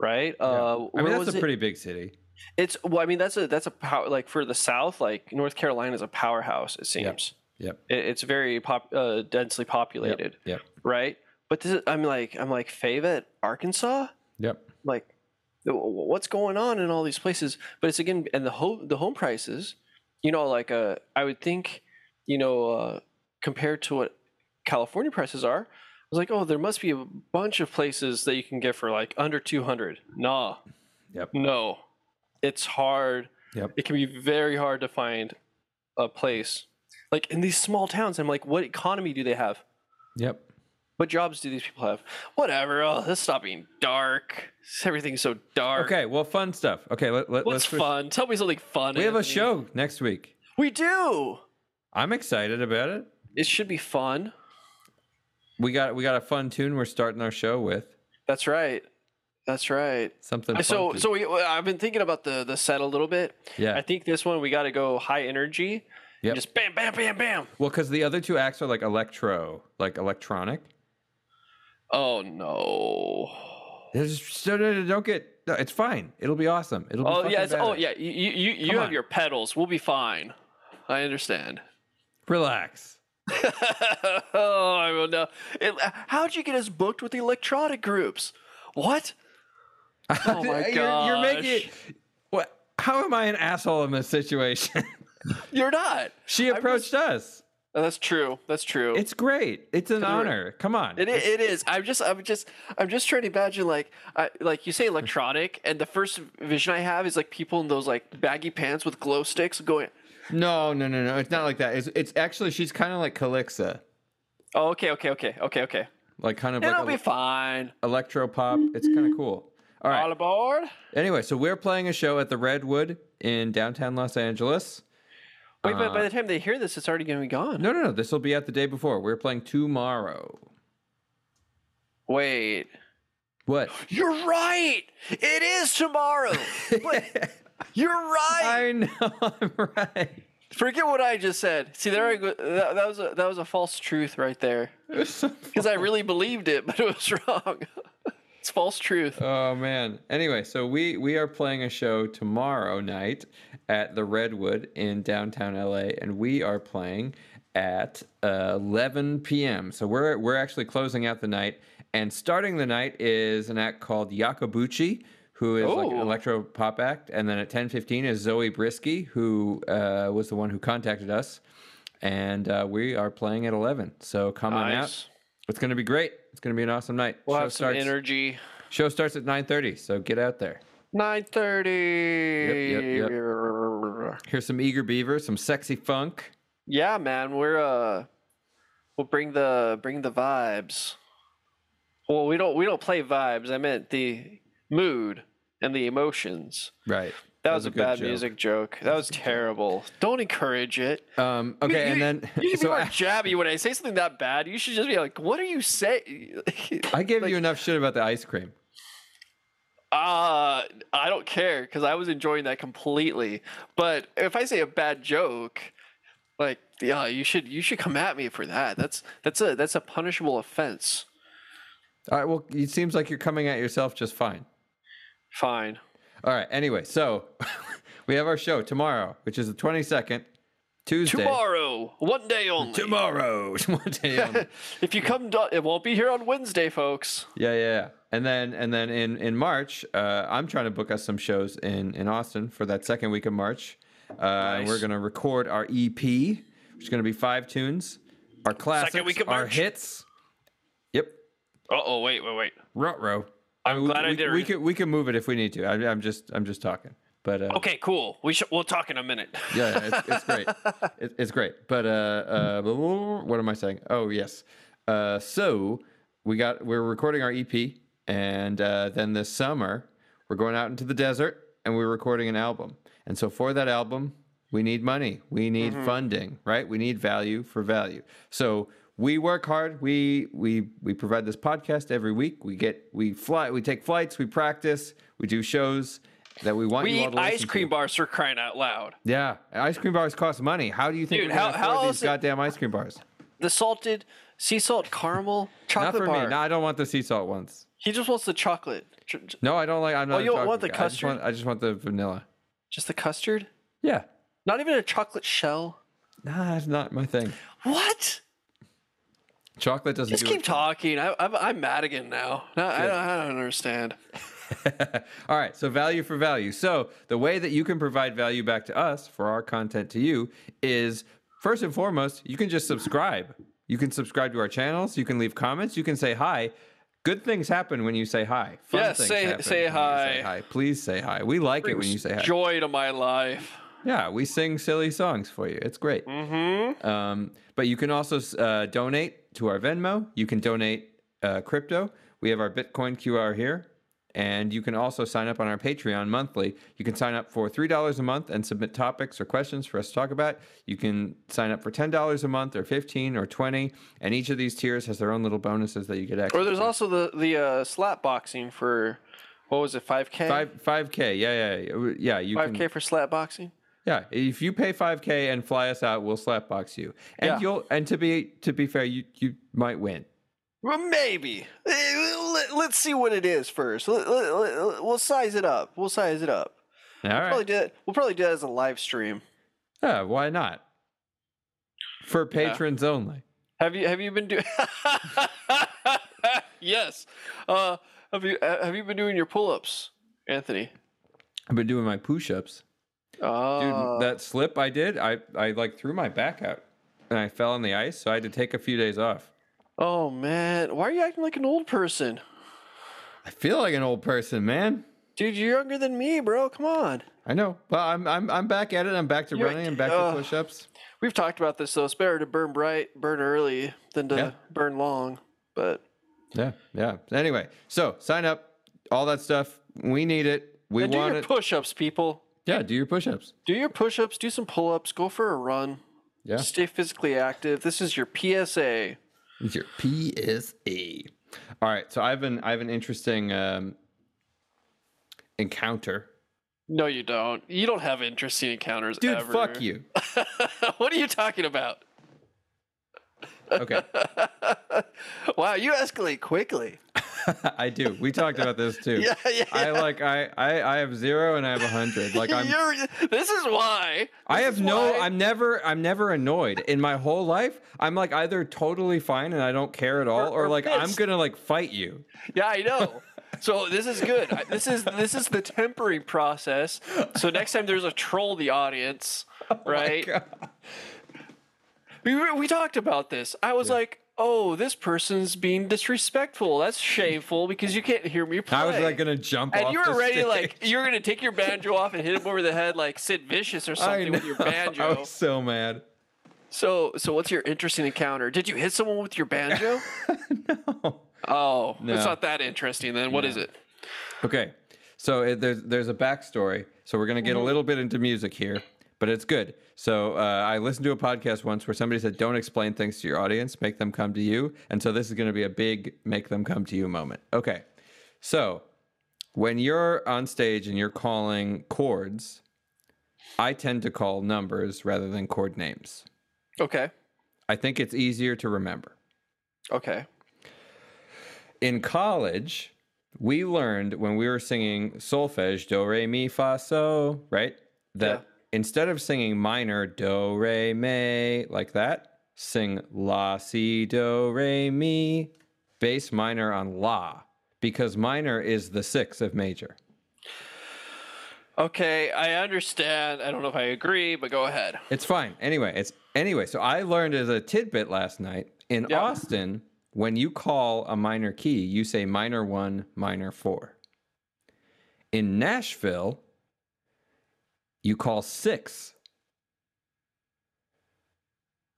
right uh
I
where
mean,
was
that's a
it?
pretty big city.
it's well i mean that's a that's a power like for the south like north carolina is a powerhouse it seems
Yep.
it, it's very pop uh, densely populated
Yep.
right but this is, i'm like i'm like fayette arkansas
Yep.
like wh- wh- what's going on in all these places but it's again and the home the home prices you know like uh i would think you know uh compared to what california prices are i was like oh there must be a bunch of places that you can get for like under 200 nah
Yep.
no it's hard
Yep.
it can be very hard to find a place like in these small towns i'm like what economy do they have
Yep.
what jobs do these people have? Whatever. Oh, let's stop being dark. Everything's so dark.
Okay. Well, fun stuff. Okay. Let, let,
What's
let's. switch-
fun? Tell me something fun.
We have a
Anthony.
show next week.
We do.
I'm excited about it.
It should be fun.
We got we got a fun tune. We're starting our show with
That's right. That's right.
something.
So,
funky.
so we, uh, I've been thinking about the the set a little bit.
Yeah.
I think this one we got to go high energy. and
Yep.
Just bam, bam, bam, bam.
well, because the other two acts are like electro, like electronic.
Oh no.
They're just- no, no, no, don't get. no, it's fine. It'll be awesome. It'll be.
Oh
fucking
yeah. It's, oh
badass.
yeah. You you, you,
Come
you have
on.
your pedals. We'll be fine. I understand.
Relax.
oh, I will know. It, how'd you get us booked with the electronic groups? What? Oh my
You're, you're making it.
gosh.
What? How am I an asshole in this situation?
You're not.
she approached us.
Oh, that's true. That's true.
It's great. It's an honor. Come on.
it, i- it is. I'm just. I'm just. I'm just trying to imagine like, I, like you say electronic, and the first vision I have is like people in those like baggy pants with glow sticks going.
No, no, no, no. It's not like that. It's, it's actually she's kind of like Calixa,
Oh, okay, okay, okay, okay, okay.
like kind of
It'll
like
be
el-
fine.
electro pop. It's kind of cool. All right.
All aboard.
Anyway, so we're playing a show at the Redwood in downtown Los Angeles.
Wait, but by the time they hear this, it's already gonna be gone.
Uh. No, no, no. This will be out the day before. We're playing tomorrow.
Wait.
What?
You're right. It is tomorrow. but you're right.
I know. I'm right.
Forget what I just said. See, there I go. That, that was a that was a false truth right there
It was so
because I really believed it, but it was wrong. it's false truth.
Oh man. Anyway, so we we are playing a show tomorrow night at the Redwood in downtown LA, and we are playing at uh, 11 p.m. So we're we're actually closing out the night, and starting the night is an act called Yakabuchi, who is like an
Oh.
electro pop act, and then at ten fifteen is Zoe Brisky, who uh, was the one who contacted us, and uh, we are playing at eleven. So come on out.
Nice.
It's going to be great. It's going to be an awesome night.
We'll
show
have some
starts.
energy.
show starts at nine thirty. So get out there.
Nine thirty.
Yep, yep, Here's some eager beaver, some sexy funk.
Yeah, man, we're uh, we'll bring the bring the vibes. Well, we don't we don't play vibes. I meant the mood and the emotions.
Right.
That was a
good
bad
joke.
music joke. That was terrible. Don't encourage it.
Um, okay, and then
You should be
so
more
I,
jabby when I say something that bad. You should just be like, "What are you saying?"
I gave
like-
you enough shit about the ice cream.
Uh, I don't care because I was enjoying that completely. But if I say a bad joke, like yeah, you should you should come at me for that. That's that's a that's a punishable offense.
All right. Well, it seems like you're coming at yourself just fine.
Fine.
All right. Anyway, so we have our show tomorrow, which is the 22nd, Tuesday.
Tomorrow, one day only.
Tomorrow. One day only.
if you come, do- it won't be here on Wednesday, folks.
yeah, yeah, yeah. And then and then in in March, uh, I'm trying to book us some shows in in Austin for that second week of March. Uh, and We're
Nice.
gonna record our EP, which is gonna be five tunes, our classics,
week of
our
March.
hits. Yep.
Uh oh, wait, wait, wait.
Ruh-roh. I'm
glad I
we,
did
We
it.
can we can move it if we need to. I, I'm just I'm just talking. But uh,
Okay, cool. We should we'll talk in a minute.
yeah, yeah, it's, it's great. It, it's great. But uh, uh, blah, blah, blah, what am I saying? Oh yes. Uh, so we got we're recording our EP, and uh, then this summer we're going out into the desert and we're recording an album. And so for that album, we need money. We need
Mm-hmm.
funding, right? We need value for value. So we work hard. We we we provide this podcast every week. We get we fly. We take flights. We practice. We do shows that we want you
We
all
eat
to
ice
listen to.
cream bars for crying out loud.
Yeah, ice cream bars cost money. How do you think
Dude,
we're gonna
how- how
afford
else
these
it-
goddamn ice cream bars?
The salted sea salt caramel chocolate
Not for
bar.
me. No, I don't want the sea salt ones.
He just wants the chocolate. Tr- tr-
No, I don't like. I'm not.
Oh,
a
you don't want
chocolate
the
guy. I just want, I just want the vanilla.
Just the custard?
Yeah,
Not even a chocolate shell?
nah, that's not my thing.
What?
Chocolate doesn't
Just
do
keep
it.
talking. I, I'm, I'm Madigan now. No, I, don't, I don't understand.
All right, so value for value. So the way that you can provide value back to us for our content to you is first and foremost, you can just subscribe. You can subscribe to our channels. You can leave comments. You can say hi. Good things happen when you say hi. Fun
Yes,
things
say-
happen
say
when you
hi.
hi. Please say hi. We like it when you say hi.
Joy to my life.
Yeah, we sing silly songs for you. It's great. Mm-hmm. Um, but you can also uh, donate to our Venmo. You can donate uh, crypto. We have our Bitcoin QR here. And you can also sign up on our Patreon monthly. You can sign up for $3 a month and submit topics or questions for us to talk about. You can sign up for $10 a month or 15 or 20 And each of these tiers has their own little bonuses that you get extra.
Or there's also the, the uh, slap boxing for, what was it, 5K?
Five, 5K. Yeah, yeah, yeah. Yeah, you can.
5K for slap boxing?
Yeah, if you pay 5k and fly us out, we'll slapbox you. And
Yeah.
you'll and to be to be fair, you you might win.
Well, maybe. Eh, Let, us see what it is first. Let- let- let- we'll size it up. We'll size it up.
All right.
Probably do that. We'll probably do that as a live stream.
yeah, why not? For patrons only.
Have you have you been doing? yes. Uh, have you uh, have you been doing your pull-ups, Anthony?
I've been doing my push-ups. Dude,
Uh,
that slip I did, I I like threw my back out and I fell on the ice, so I had to take a few days off.
oh man, why are you acting like an old person,
I feel like an old person, man.
dude? You're younger than me, bro. Come on.
I know. Well, I'm I'm I'm back at it. I'm back to
You're-
running. I'm back
uh,
to push-ups.
We've talked about this though. It's better to burn bright, burn early, than to
Yeah.
burn long. But
Yeah, yeah. Anyway, so sign up, all that stuff. We need it. We
and do
want
your
it.
push-ups, people.
yeah, do your push-ups.
Do your push-ups. Do some pull-ups. Go for a run.
Yeah.
Stay physically active. This is your PSA.
It's your PSA. All right, so I have an I have an interesting um, encounter.
No, you don't. You don't have interesting encounters.
Dude,
ever.
fuck you.
what are you talking about?
Okay,
wow, you escalate quickly.
I do. We talked about this too.
Yeah, yeah.
I like I I, I have zero and I have a hundred. Like I'm
You're, this is why.
I
this
have
is
no
why-
I'm never I'm never annoyed in my whole life. I'm like either totally fine and I don't care at all,
Or-
or,
or
like I'm
pissed.
gonna like fight you.
Yeah, I know. So this is good. I- This is this is the tempering process. So next time there's a troll in the audience,
Oh
right? We re- we talked about this. I was like, "Oh, this person's being disrespectful. That's shameful because you can't hear me play."
I was like gonna jump
and
off.
you were
the
ready,
stage.
like you were gonna take your banjo off and hit him over the head like Sid Vicious or
I
something with your
know. I
banjo.
was so mad.
So, so what's your interesting encounter? Did you hit someone with your banjo?
no.
Oh,
No.
it's not that interesting. Then What is it?
Okay, so it, there's there's a backstory. So we're gonna get a little bit into music here, but it's good. So uh, I listened to a podcast once where somebody said, "Don't explain things to your audience; make them come to you." And so this is gonna be a big make them come to you moment. Okay, so when you're on stage and you're calling chords, I tend to call numbers rather than chord names.
Okay,
I think it's easier to remember.
okay.
in college, we learned when we were singing solfege, do, re, mi, fa, so, right? That
Yeah.
instead of singing minor, do, re, me, like that, sing la, si, do, re, mi, bass minor on la, because minor is the sixth of major.
Okay, I understand. I don't know if I agree, but go ahead.
It's fine. Anyway, it's anyway. So I learned as a tidbit last night in
Yeah.
Austin, when you call a minor key, you say minor one, minor four. In Nashville, you call six.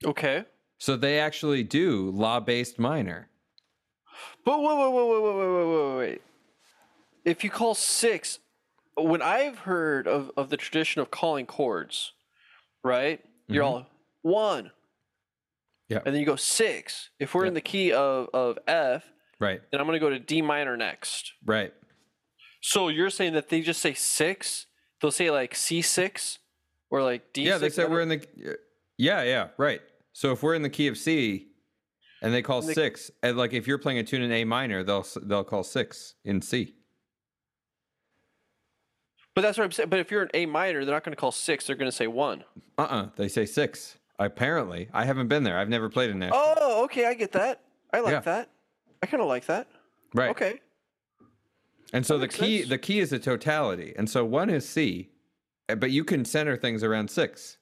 Okay.
So they actually do law based minor.
But whoa, whoa, whoa, whoa, whoa, whoa, whoa, whoa, wait. If you call six, when I've heard of, of the tradition of calling chords, right? You're all one.
Mm-hmm. Yeah.
And then you go six. If we're
Yeah.
in the key of, of F,
Right,
then I'm going to go to D minor next.
right.
So you're saying that they just say six? They'll say like C6 or like D6?
yeah, they said we're in the. Yeah, yeah, right. So if we're in the key of C, and they call
And they-
six, and like if you're playing a tune in A minor, they'll s- they'll call six in C.
But that's what I'm saying. But if you're in A minor, they're not going to call six. They're going to say one.
Uh uh They say six. Apparently, I haven't been there. I've never played in Nashville.
Oh, okay. I get that. I like
Yeah.
that. I kind of like that.
right.
Okay.
And so the
makes
key
sense.
the key is a totality. And so one is C, uh, but you can center things around six.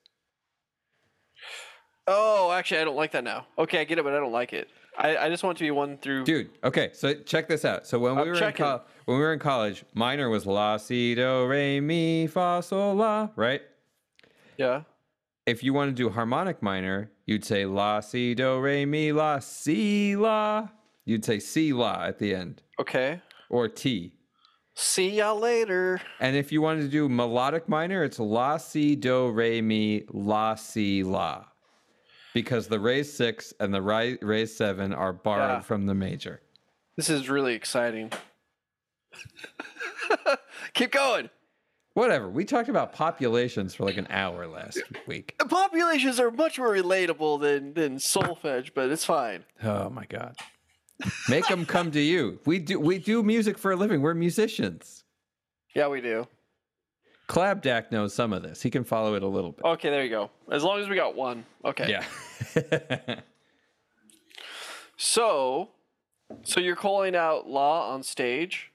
Oh, actually, I don't like that now. Okay, I get it, but I don't like it. I, I just want it to be one through.
Dude. Okay. So check this out. So when
I'm
we were in
checking.
col- when we were in college, minor was la si do re mi fa sol la. Right.
Yeah.
If you want to do harmonic minor, you'd say la si do re mi la si la. You'd say si la at the end
Okay.
or T.
See y'all later.
And if you wanted to do melodic minor, it's la si do re mi la si la, because the raised six and the ri- raised seven are borrowed
Yeah.
from the major.
This is really exciting. Keep going.
Whatever. We talked about populations for like an hour last week.
The populations are much more relatable than than solfege, but it's fine.
Oh my god. Make them come to you. We do we do music for a living. We're musicians.
Yeah, we do.
Clabdack knows some of this. He can follow it a little bit.
Okay, there you go. As long as we got one. Okay.
Yeah.
So, so you're calling out law on stage.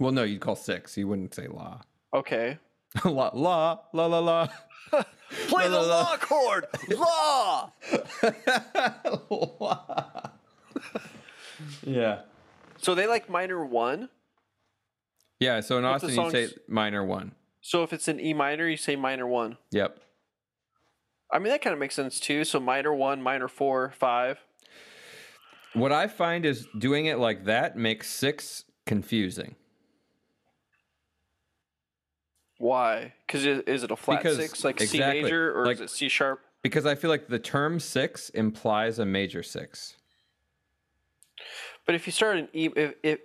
well, no, you'd call six. You wouldn't say la.
Okay.
la la la la la.
Play the law chord. Law.
yeah.
So they like minor one.
Yeah. So in
What's the
Austin, you say
songs-
minor one.
So if it's an E minor, you say minor one.
Yep.
I mean that kind of makes sense too. So minor one, minor four, five.
What I find is doing it like that makes six confusing
Why? Because is it a flat
Because-
six, like
exactly.
C major, or
Like-
is it C sharp?
because I feel like the term six implies a major six.
But if you start an E, if, if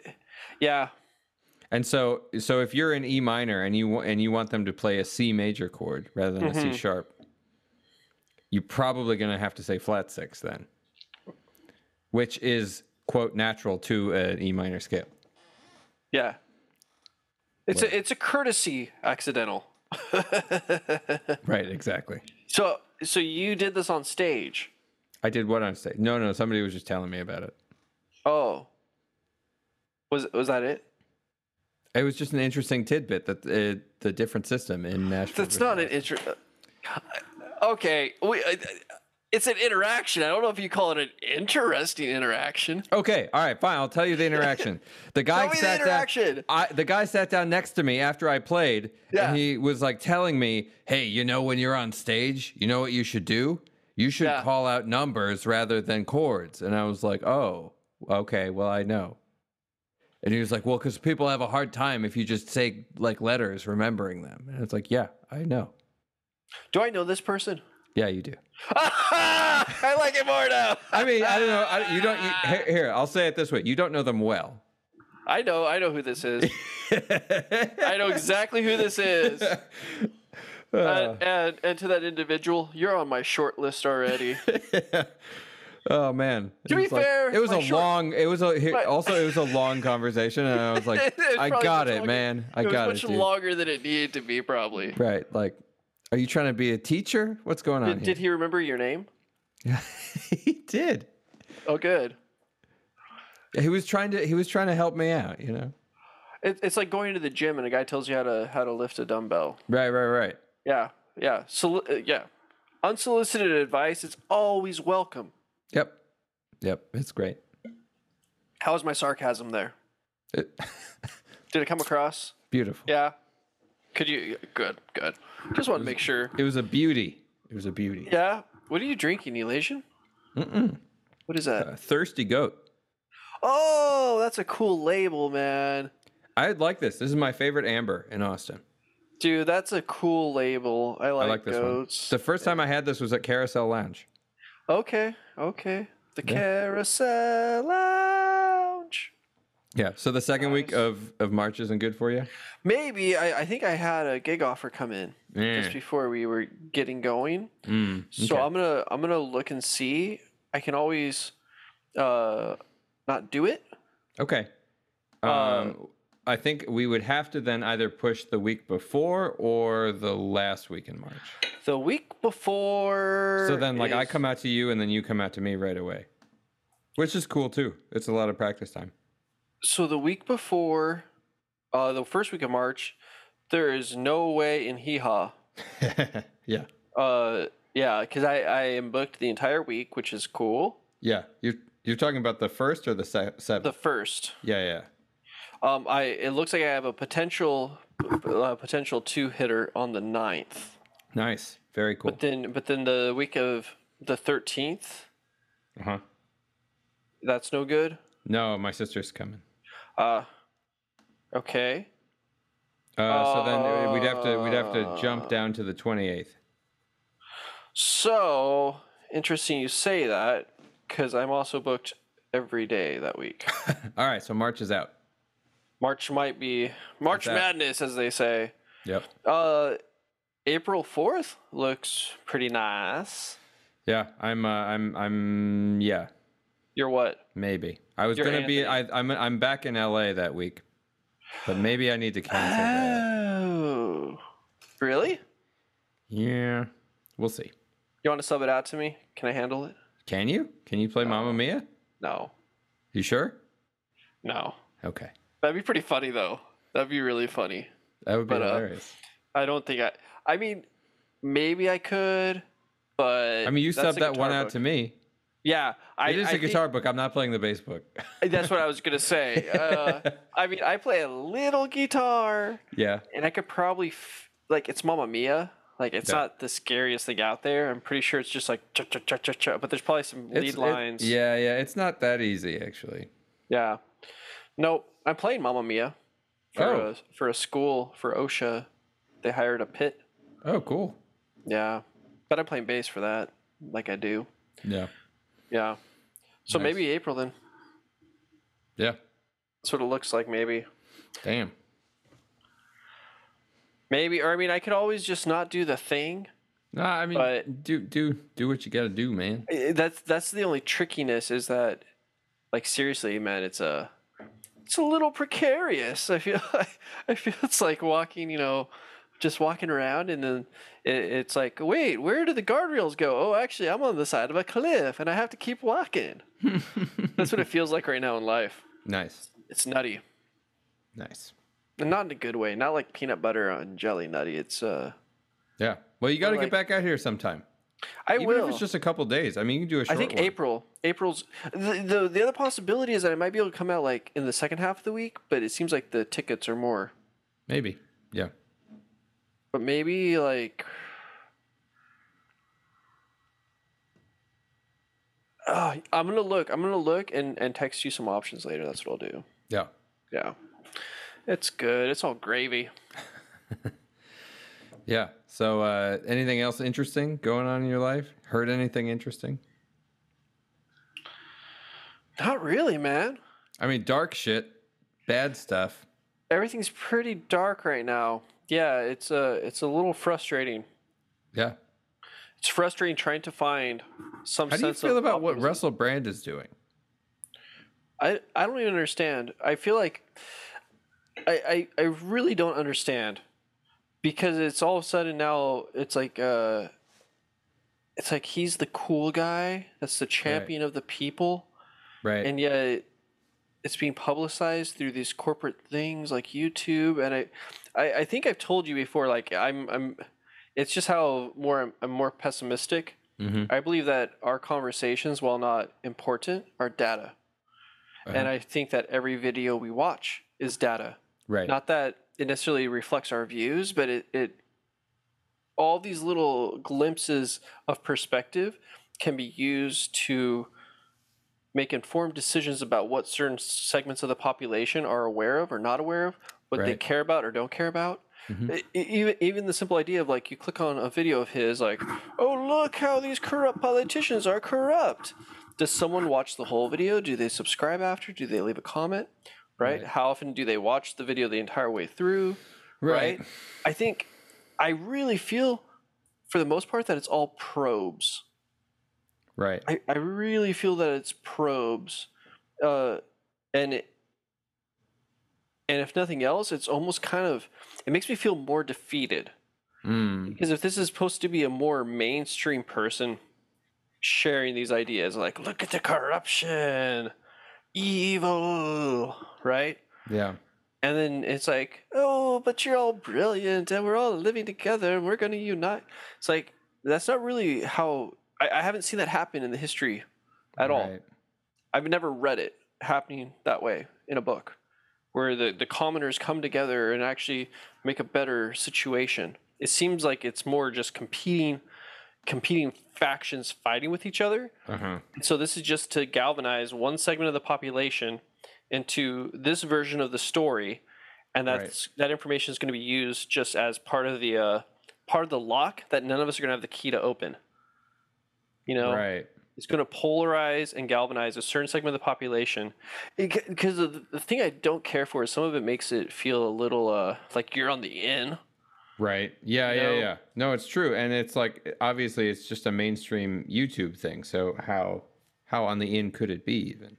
yeah,
And so, so if you're in E minor and you wa- and you want them to play a C major chord rather than
Mm-hmm.
a C sharp, you're probably going to have to say flat six then, which is quote natural to an E minor scale.
yeah. It's a it's a courtesy accidental.
Right, exactly.
So so you did this on stage.
I did what on stage. No, no, somebody was just telling me about it.
Oh. Was was that it?
It was just an interesting tidbit that uh the different system in Nashville.
That's not an inter. Okay, we. I- I- It's an interaction. I don't know if you call it an interesting interaction.
Okay, all right, fine. I'll tell you the interaction. The guy
Tell me the
sat
interaction.
down. I, the guy sat down next to me after I played,
Yeah.
and he was like telling me, "Hey, you know when you're on stage, you know what you should do? You should
Yeah.
call out numbers rather than chords." And I was like, "Oh, okay. Well, I know." And he was like, "Well, because people have a hard time if you just say like letters, remembering them." And it's like, "Yeah, I know.
Do I know this person?
Yeah, you do."
I like it more now.
I mean, I don't know. I, you don't. You, here, here, I'll say it this way: you don't know them well.
I know. I know who this is.
Uh,
I know exactly who this is. And, and and to that individual, you're on my short list already.
Oh man. To
be fair,
it was
my
a
short-
long. It was a. Here,
my-
also, it was a long conversation, and I was like,
It was
I
probably much
got it,
longer-
man. I
it was
got
much
it. dude."
longer than it needed to be, probably.
Right, like, are you trying to be a teacher? What's going on
Did, did he remember your name?
here? he did.
Oh, good.
He was trying to. He was trying to help me out. You know.
It, it's like going to the gym and a guy tells you how to how to lift a dumbbell.
Right, right, right.
Yeah, yeah, Soli- uh, yeah. Unsolicited advice is always welcome.
Yep, yep. It's great.
How's my sarcasm there?
It-
Did it come across?
beautiful.
Yeah. Could you? Good, good. Just want to make sure.
It was a beauty. It was a beauty.
Yeah. What are you drinking, Elation?
Mm-mm. Uh.
What is that?
A thirsty goat.
Oh, that's a cool label, man.
I like this. This is my favorite amber in Austin.
Dude, that's a cool label. I like,
I like this
goats.
one. The first time I had this was at Carousel Lounge.
okay, okay. The
Yeah.
Carousel Lounge.
Yeah. So the second week
Nice.
of of March isn't good for you.
Maybe I, I think I had a gig offer come in just before we were getting going.
Eh. Mm,
So
Hmm. okay.
I'm gonna I'm gonna look and see. I can always uh not do it.
Okay. Um, I think we would have to then either push the week before or the last week in March.
The week before
So then, like, I
is-
come out to you, and then you come out to me right away, which is cool too. It's a lot of practice time.
so the week before uh the first week of March, there is no way in hee haw.
yeah.
Uh yeah, because I, I am booked the entire week, which is cool.
Yeah. You're you're talking about the first or the se-
The
seventh?
first.
yeah, yeah.
Um I it looks like I have a potential uh, potential two hitter on the 9th.
Nice. Very cool.
But then but then the week of the 13th,
Uh huh.
that's no good.
No, my sister's coming.
Uh okay.
Uh, so then we'd have to we'd have to
Ah.
jump down to the twenty eighth.
So interesting you say that because I'm also booked every day that week.
All right, so March is out.
March might be March
that?
Madness, as they say.
Yep.
Uh, April fourth looks pretty nice.
Yeah, I'm uh, I'm I'm yeah
You're what?
maybe I was
You're
gonna be I, I'm I'm back in L A that week, but maybe I need to cancel.
Ah.
that.
Oh, really?
Yeah, we'll see.
You want to sub it out to me? Can I handle it?
Can you can you play Mamma Mia?
No,
You sure?
no.
Okay,
That'd be pretty funny though. That'd be really funny.
that would be
But, uh,
hilarious.
I don't think I. I mean, maybe I could, but
I mean, you
that's
subbed
a
that one
guitar
out
book.
to me.
Yeah, I,
It is
I
a
think-
guitar book. I'm not playing the bass book.
That's what I was gonna say. Uh, I mean, I play a little guitar,
yeah.
and I could probably f- like it's Mamma Mia. Like it's
Yeah.
not the scariest thing out there. I'm pretty sure it's just like cha cha cha cha cha. But there's probably some lead
It's- it-
lines.
yeah, yeah. It's not that easy actually.
yeah. No, I'm playing Mamma Mia for
Oh.
a, for a school for OSHA. They hired a pit.
Oh, cool.
Yeah, but I'm playing bass for that, like I do.
Yeah.
Yeah. So
Nice.
maybe April then.
Yeah.
That's what it looks like. Maybe.
Damn.
Maybe. Or I mean, I could always just not do the thing.
Nah, I mean,
But-
do do do what you gotta do, man.
I- that's that's the only trickiness is that like seriously man it's a it's a little precarious i feel like i feel it's like walking you know just walking around and then it, it's like wait where do the guardrails go oh actually i'm on the side of a cliff and i have to keep walking that's what it feels like right now in life
Nice.
It's nutty,
Nice.
and not in a good way. Not like peanut butter and jelly nutty. It's uh,
Yeah. Well, you got to
like-
get back out here sometime.
I
Even
will.
if it's just a couple days. I mean, you can do a
I
short
think
one.
April. April's the, the the other possibility is that I might be able to come out like in the second half of the week, but it seems like the tickets are more.
Maybe. Yeah.
But maybe like Ah, I'm gonna look. I'm gonna look and, and text you some options later. That's what I'll do.
Yeah.
Yeah, it's good. It's all gravy.
Yeah. So, uh, anything else interesting going on in your life? Heard anything interesting?
Not really, man.
I mean, dark shit, bad stuff.
Everything's pretty dark right now. Yeah, it's a it's a little frustrating.
Yeah.
It's frustrating trying to find some.
How do you
sense
feel
of
about what
optimism.
Russell Brand is doing?
I, I don't even understand. I feel like I, I I really don't understand because it's all of a sudden now it's like uh it's like he's the cool guy that's the champion of the people
Right.
and yet it's being publicized through these corporate things like YouTube and I I, I think I've told you before like I'm I'm it's just how more I'm, I'm more pessimistic
mm-hmm.
I believe that our conversations, while not important, are data. And
Uh-huh.
I think that every video we watch is data.
Right.
Not that it necessarily reflects our views, but it, it all these little glimpses of perspective can be used to make informed decisions about what certain segments of the population are aware of or not aware of, what they
Right.
care about or don't care about.
Mhm.
E- e- Even even the simple idea of like you click on a video of his like, oh look how these corrupt politicians are corrupt. Does someone watch the whole video? Do they subscribe after? Do they leave a comment? Right?
Right.
How often do they watch the video the entire way through?
right.
right? I think I really feel for the most part that it's all probes.
Right.
I, I really feel that it's probes, uh, and it, and if nothing else, it's almost kind of it makes me feel more defeated
Mm.
because if this is supposed to be a more mainstream person sharing these ideas, like look at the corruption, evil, right?
Yeah.
And then it's like, oh, but you're all brilliant and we're all living together and we're going to unite. It's like, that's not really how I, I haven't seen that happen in the history at all.
Right.
I've never read it happening that way in a book where the, the commoners come together and actually make a better situation. It seems like it's more just competing competing factions fighting with each other
Uh-huh.
so this is just to galvanize one segment of the population into this version of the story, and
Right.
that's that information is going to be used just as part of the uh, part of the lock that none of us are going to have the key to open. You know,
Right.
it's going to polarize and galvanize a certain segment of the population. Because the the thing I don't care for is some of it makes it feel a little uh, like you're on the in.
Right. Yeah,
You
yeah,
know?
yeah. No, it's true. And it's like obviously it's just a mainstream YouTube thing. So how how on the end could it be even?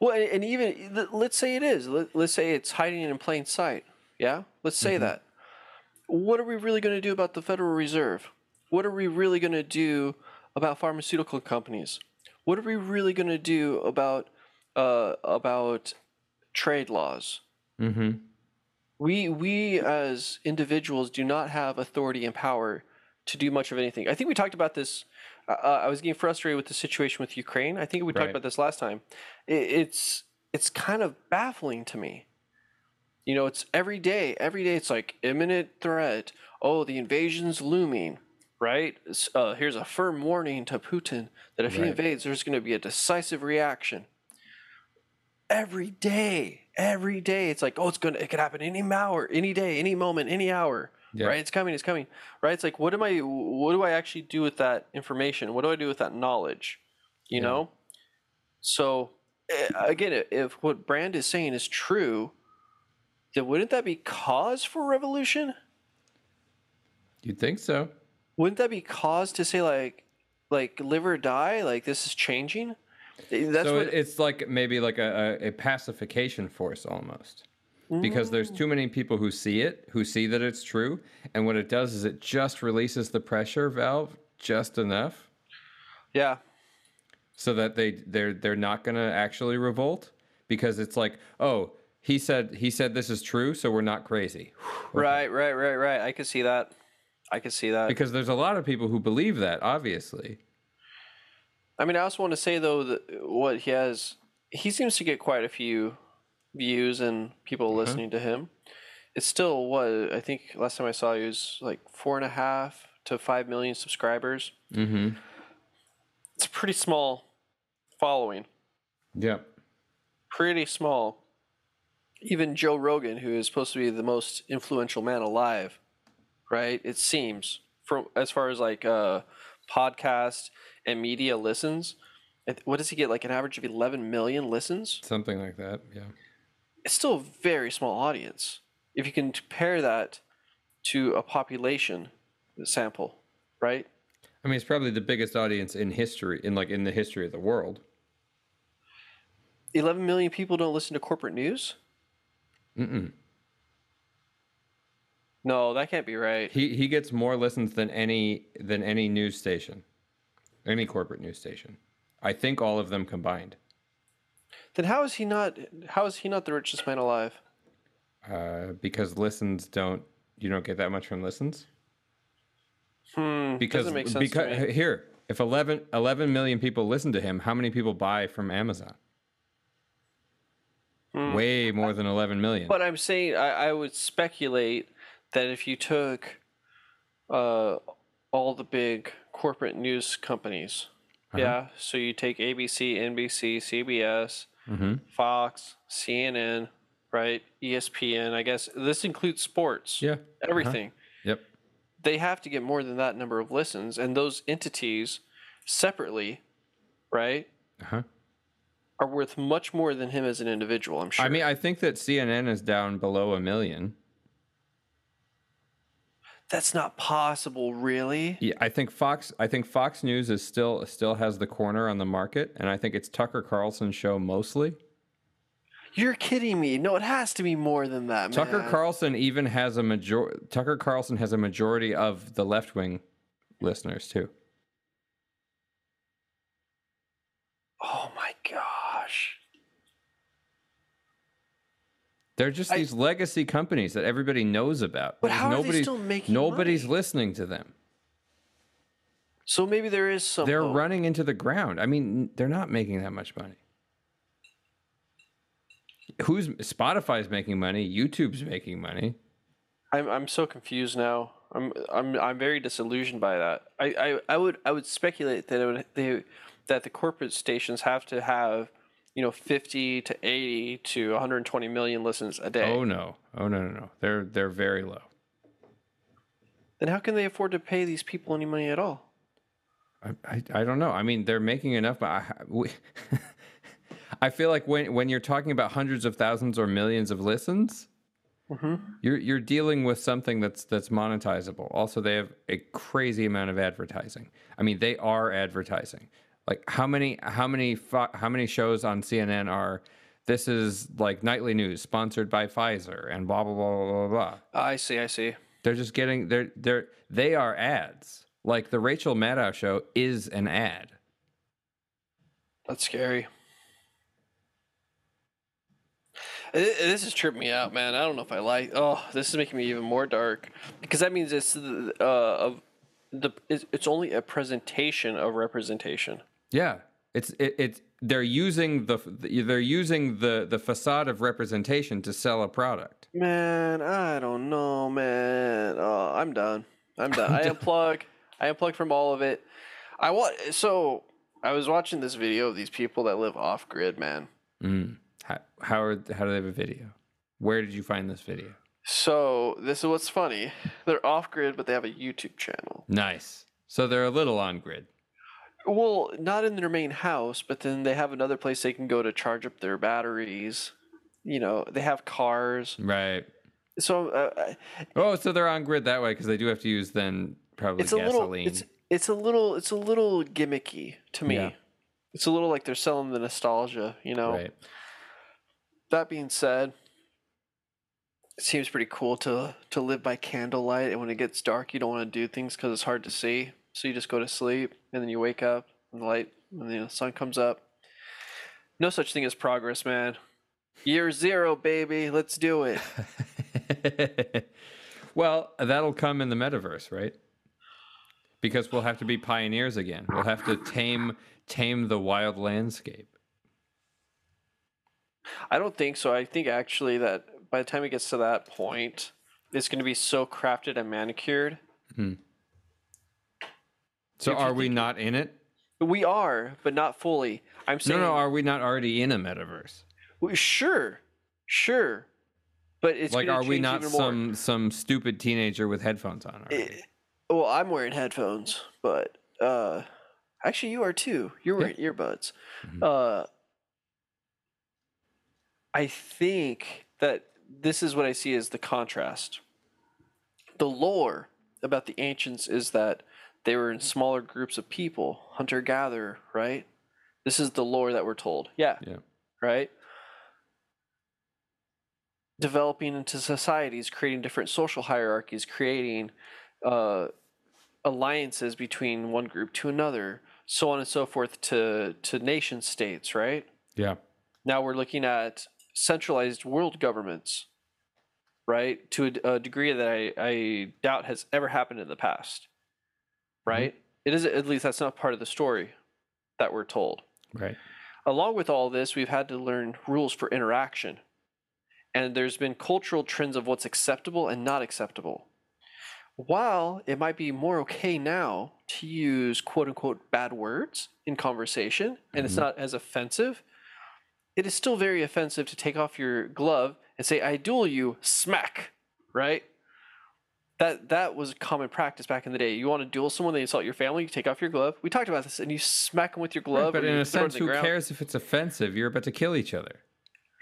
Well, and, and even let- let's say it is. Let, let's say it's hiding in plain sight. Yeah, let's say that. What are we really going to do about the Federal Reserve? What are we really going to do about pharmaceutical companies? What are we really going to do about uh, about trade laws?
Mm-hmm.
We we as individuals do not have authority and power to do much of anything. I think we talked about this. Uh, I was getting frustrated with the situation with Ukraine. I think we talked
Right.
about this last time. I it's it's kind of baffling to me. You know, it's every day. Every day, it's like imminent threat. Oh, the invasion's looming. Right? S- Uh, here's a firm warning to Putin that if he
Right.
invades, there's going to be a decisive reaction every day every day it's like oh it's gonna it could happen any hour any day any moment any hour
Yeah.
right it's coming it's coming right it's like what am i what do i actually do with that information what do i do with that knowledge you
Yeah.
know so eh, again i- if what brand is saying is true then wouldn't that be cause for revolution
You'd think so.
wouldn't that be cause to say like like live or die like this is changing Eh, that's
so
what
it it's like maybe like a, a, a pacification force almost. Because
Mm.
there's too many people who see it, who see that it's true, and what it does is it just releases the pressure valve just enough
yeah
so that they they're they're not going to actually revolt because it's like, oh, he said he said this is true, so we're not crazy. Whew, okay.
Right, right, right, right. I could see that. I could see that.
Because there's a lot of people who believe that, obviously.
I mean, I also want to say though that uh, what he has, he seems to get quite a few views and people listening to him. It's still what I think last time I saw he was like four and a half to five million subscribers.
Mm-hmm.
It's a pretty small following,
Yep.
pretty small. Even Joe Rogan, who is supposed to be the most influential man alive, right? It seems from as far as like uh, podcast and media listens. I th- What does he get? Like an average of 11 million listens?
Something like that. Yeah.
it's still a very small audience. If you can compare that to a population sample, right?
I mean, it's probably the biggest audience in history, in like in the history of the world.
11 million people don't listen to corporate news?
Mm-mm.
No, that can't be right.
He he gets more listens than any than any news station, any corporate news station. I think all of them combined.
Then how is he not how is he not the richest man alive?
Uh, because listens don't you don't get that much from listens
Hmm,
because
doesn't make sense
because
to me.
here if 11, 11 million people listen to him how many people buy from amazon
Hmm.
way more than 11 million
But I'm saying I, I would speculate that if you took uh, all the big corporate news companies,
Uh-huh.
yeah, so you take ABC, NBC, CBS,
Mhm.
Fox, CNN, right? E ESPN, I guess. This includes sports,
yeah uh-huh.
everything.
yep
They have to get more than that number of listens. And those entities separately, right,
uh-huh.
are worth much more than him as an individual, I'm sure.
i mean i think that cnn is down below a million
that's not possible, really.
yeah i think fox i think fox news is still still has the corner on the market and i think it's tucker carlson's show mostly
You're kidding me. No, it has to be more than that,
Tucker
man.
Carlson even has a major. Tucker Carlson has a majority of the left wing listeners too.
Oh my gosh.
They're just
I-
these legacy companies that everybody knows about.
But
because
how are they
nobody's-
still making
Nobody's
money?
listening to them.
So maybe there is some.
They're
hope.
running into the ground. I mean, they're not making that much money. Who's Spotify's making money? YouTube's making money.
I'm I'm so confused now. I'm I'm I'm very disillusioned by that. I, I, I would I would speculate that it would they that the corporate stations have to have you know 50 to 80 to 120 million listens a day.
Oh no! Oh no! No no! They're they're very low.
Then how can they afford to pay these people any money at all?
I, I, I don't know. I mean, they're making enough, but I, we, I feel like when, when you're talking about hundreds of thousands or millions of listens, you're you're dealing with something that's that's monetizable. Also, they have a crazy amount of advertising. I mean, they are advertising. Like how many how many fo- how many shows on CNN are this is like nightly news sponsored by Pfizer and blah blah blah blah blah blah.
I see, I see.
They're just getting they're they're they are ads. Like the Rachel Maddow show is an ad.
That's scary. I- I- This is tripping me out, man. I don't know if I like. Oh, this is making me even more dark because that means it's the, uh, of the it's it's only a presentation of representation.
Yeah, it's it, it's they're using the they're using the the facade of representation to sell a product.
Man, I don't know, man. Oh, I'm done. I'm done. I unplug. I unplug from all of it. I want so I was watching this video of these people that live off grid, man.
Mm. How how, are, how do they have a video? Where did you find this video?
So this is what's funny. They're off grid, but they have a YouTube channel.
Nice. So they're a little on grid.
Well, not in their main house, but then they have another place they can go to charge up their batteries. You know, they have cars.
Right.
So uh, I-
Oh, so they're on grid that way because they do have to use then probably
it's a
gasoline.
little it's it's a little it's a little gimmicky to me.
Yeah.
It's a little like they're selling the nostalgia, you know.
Right.
That being said, it seems pretty cool to to live by candlelight and when it gets dark, you don't want to do things cuz it's hard to see. So you just go to sleep and then you wake up and the light and the sun comes up. No such thing as progress, man. Year zero, baby. Let's do it.
well, that'll come in the metaverse, right? Because we'll have to be pioneers again. We'll have to tame tame the wild landscape.
I don't think so. I think actually that by the time it gets to that point, it's going to be so crafted and manicured.
So
If you
are we not in it?
We are, but not fully. I'm
No,
saying
no, are we not already in a metaverse?
Well, sure, sure, but it's
like
gonna
are we
change
not
even more.
some some stupid teenager with headphones on? already?
Eh, well, I'm wearing headphones, but uh, actually, you are too. You're
Yeah. Mm-hmm.
wearing earbuds. Uh, I think that this is what I see as the contrast. The lore about the ancients is that they were in smaller groups of people, hunter gatherer, right? This is the lore that we're told. Yeah.
Yeah.
Right? Developing into societies, creating different social hierarchies, creating uh, alliances between one group to another, so on and so forth to, to nation states, right?
Yeah.
Now we're looking at centralized world governments, right? To a d- a, degree that I, I doubt has ever happened in the past, right? It is, at least that's not part of the story that we're told
Right.
along with all this, we've had to learn rules for interaction. And there's been cultural trends of what's acceptable and not acceptable. While it might be more okay now to use quote unquote bad words in conversation and it's
Mhm.
not as offensive, it is still very offensive to take off your glove and say, I duel you, smack, right? That, that was common practice back in the day. You want to duel someone, they insult your family, you take off your glove. We talked about this, and you smack them with your glove.
but
or
in
you
a
throw it to
sense,
the
who
ground.
cares if it's offensive? You're about to kill each other.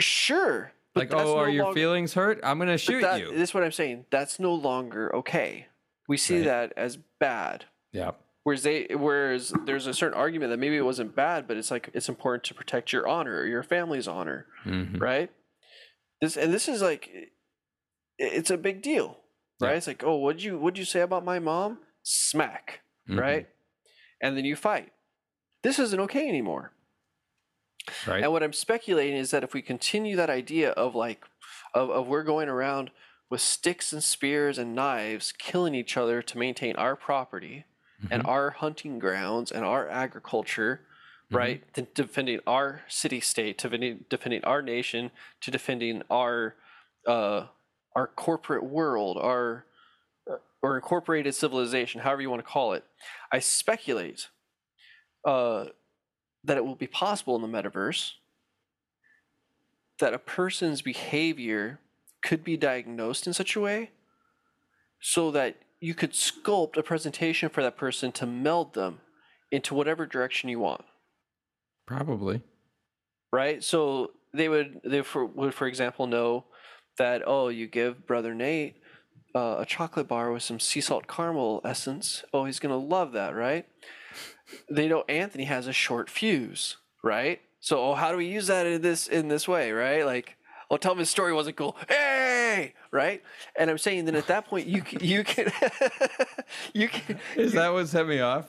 Sure. But
like,
that's
oh, are
no
your
longer-
feelings hurt? I'm gonna
but
shoot
that-
you.
This is what I'm saying. That's no longer okay. We see
Right.
that as bad.
Yeah.
Whereas they, whereas there's a certain argument that maybe it wasn't bad, but it's like it's important to protect your honor or your family's honor,
Mhm.
right? This and this is like, i- it's a big deal, right?
Yeah.
It's like, oh, what'd you what'd you say about my mom? Smack
Mhm.
right? And then you fight. This isn't okay anymore.
Right.
And what I'm speculating is that if we continue that idea of like, of, of we're going around with sticks and spears and knives killing each other to maintain our property
Mm-hmm.
and our hunting grounds and our agriculture, right? To defending our city state, to defending- defending our nation, to defending our uh, our corporate world, our uh, or incorporated civilization, however you want to call it. I speculate uh, that it will be possible in the metaverse that a person's behavior could be diagnosed in such a way so that you could sculpt a presentation for that person to meld them into whatever direction you want
Probably.
right? So they would they for, would for example know that oh you give brother Nate uh, a chocolate bar with some sea salt caramel essence oh he's gonna love that right? They know Anthony has a short fuse right? So oh how do we use that in this in this way right? Like oh tell him his story wasn't cool hey right? And I'm saying then at that point you c- you can you can
Is that what set me off?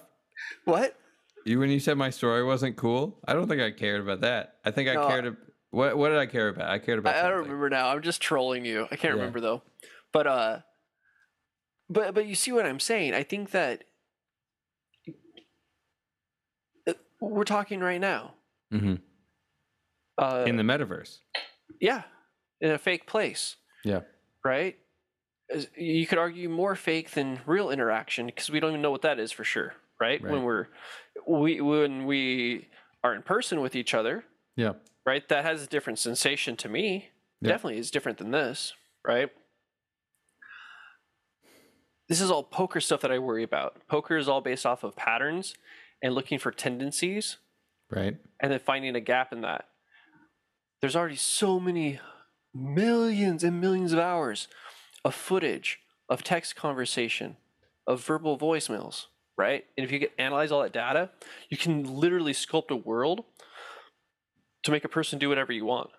what
You when you said my story wasn't cool, I don't think I cared about that. I think I
No,
cared. Ab- what What did I care about? I cared about.
I, I don't
something.
remember now. I'm just trolling you. I can't
Yeah.
remember though. But uh but but you see what I'm saying? I think that Uh, we're talking right now.
Mhm.
Uh
In the metaverse.
yeah, in a fake place,
Yeah.
right? As- You could argue more fake than real interaction because we don't even know what that is for sure, right?
Right.
When we're we when we are in person with each other,
Yeah.
right? That has a different sensation to me.
Yeah.
Definitely is different than this, right? This is all poker stuff that I worry about. Poker is all based off of patterns and looking for tendencies
Right.
and then finding a gap in that. There's already so many millions and millions of hours of footage, of text conversation, of verbal voicemails, right? And if you get analyze all that data, you can literally sculpt a world to make a person do whatever you want.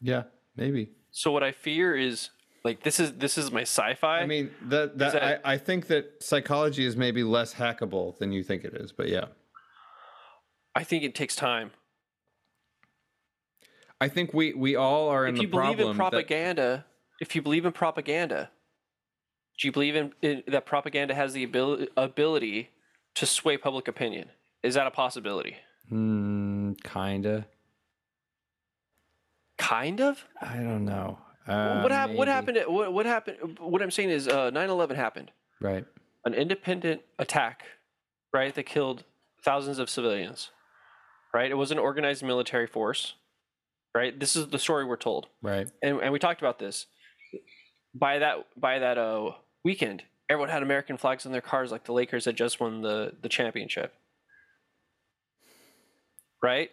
Yeah. Maybe.
So what I fear is like this is this is my sci-fi.
I mean that that,
that-
I, I think that psychology is maybe less hackable than you think it is, but yeah.
I think it takes time.
I think we we all are in
if
the
you believe
problem.
in
that-
propaganda, if you believe in propaganda, do you believe in, in that propaganda has the abil- ability to sway public opinion? Is that a possibility?
Hmm, kinda.
Kind of.
I don't know.
what happened? What
Uh, maybe.
happened? at- What, what happened? What I'm saying is, uh, 9/11 happened.
Right.
An independent attack, right? That killed thousands of civilians. Right. It was an organized military force. Right. This is the story we're told.
Right.
and, and we talked about this by that by that uh, weekend everyone had american flags on their cars like the lakers had just won the the championship right,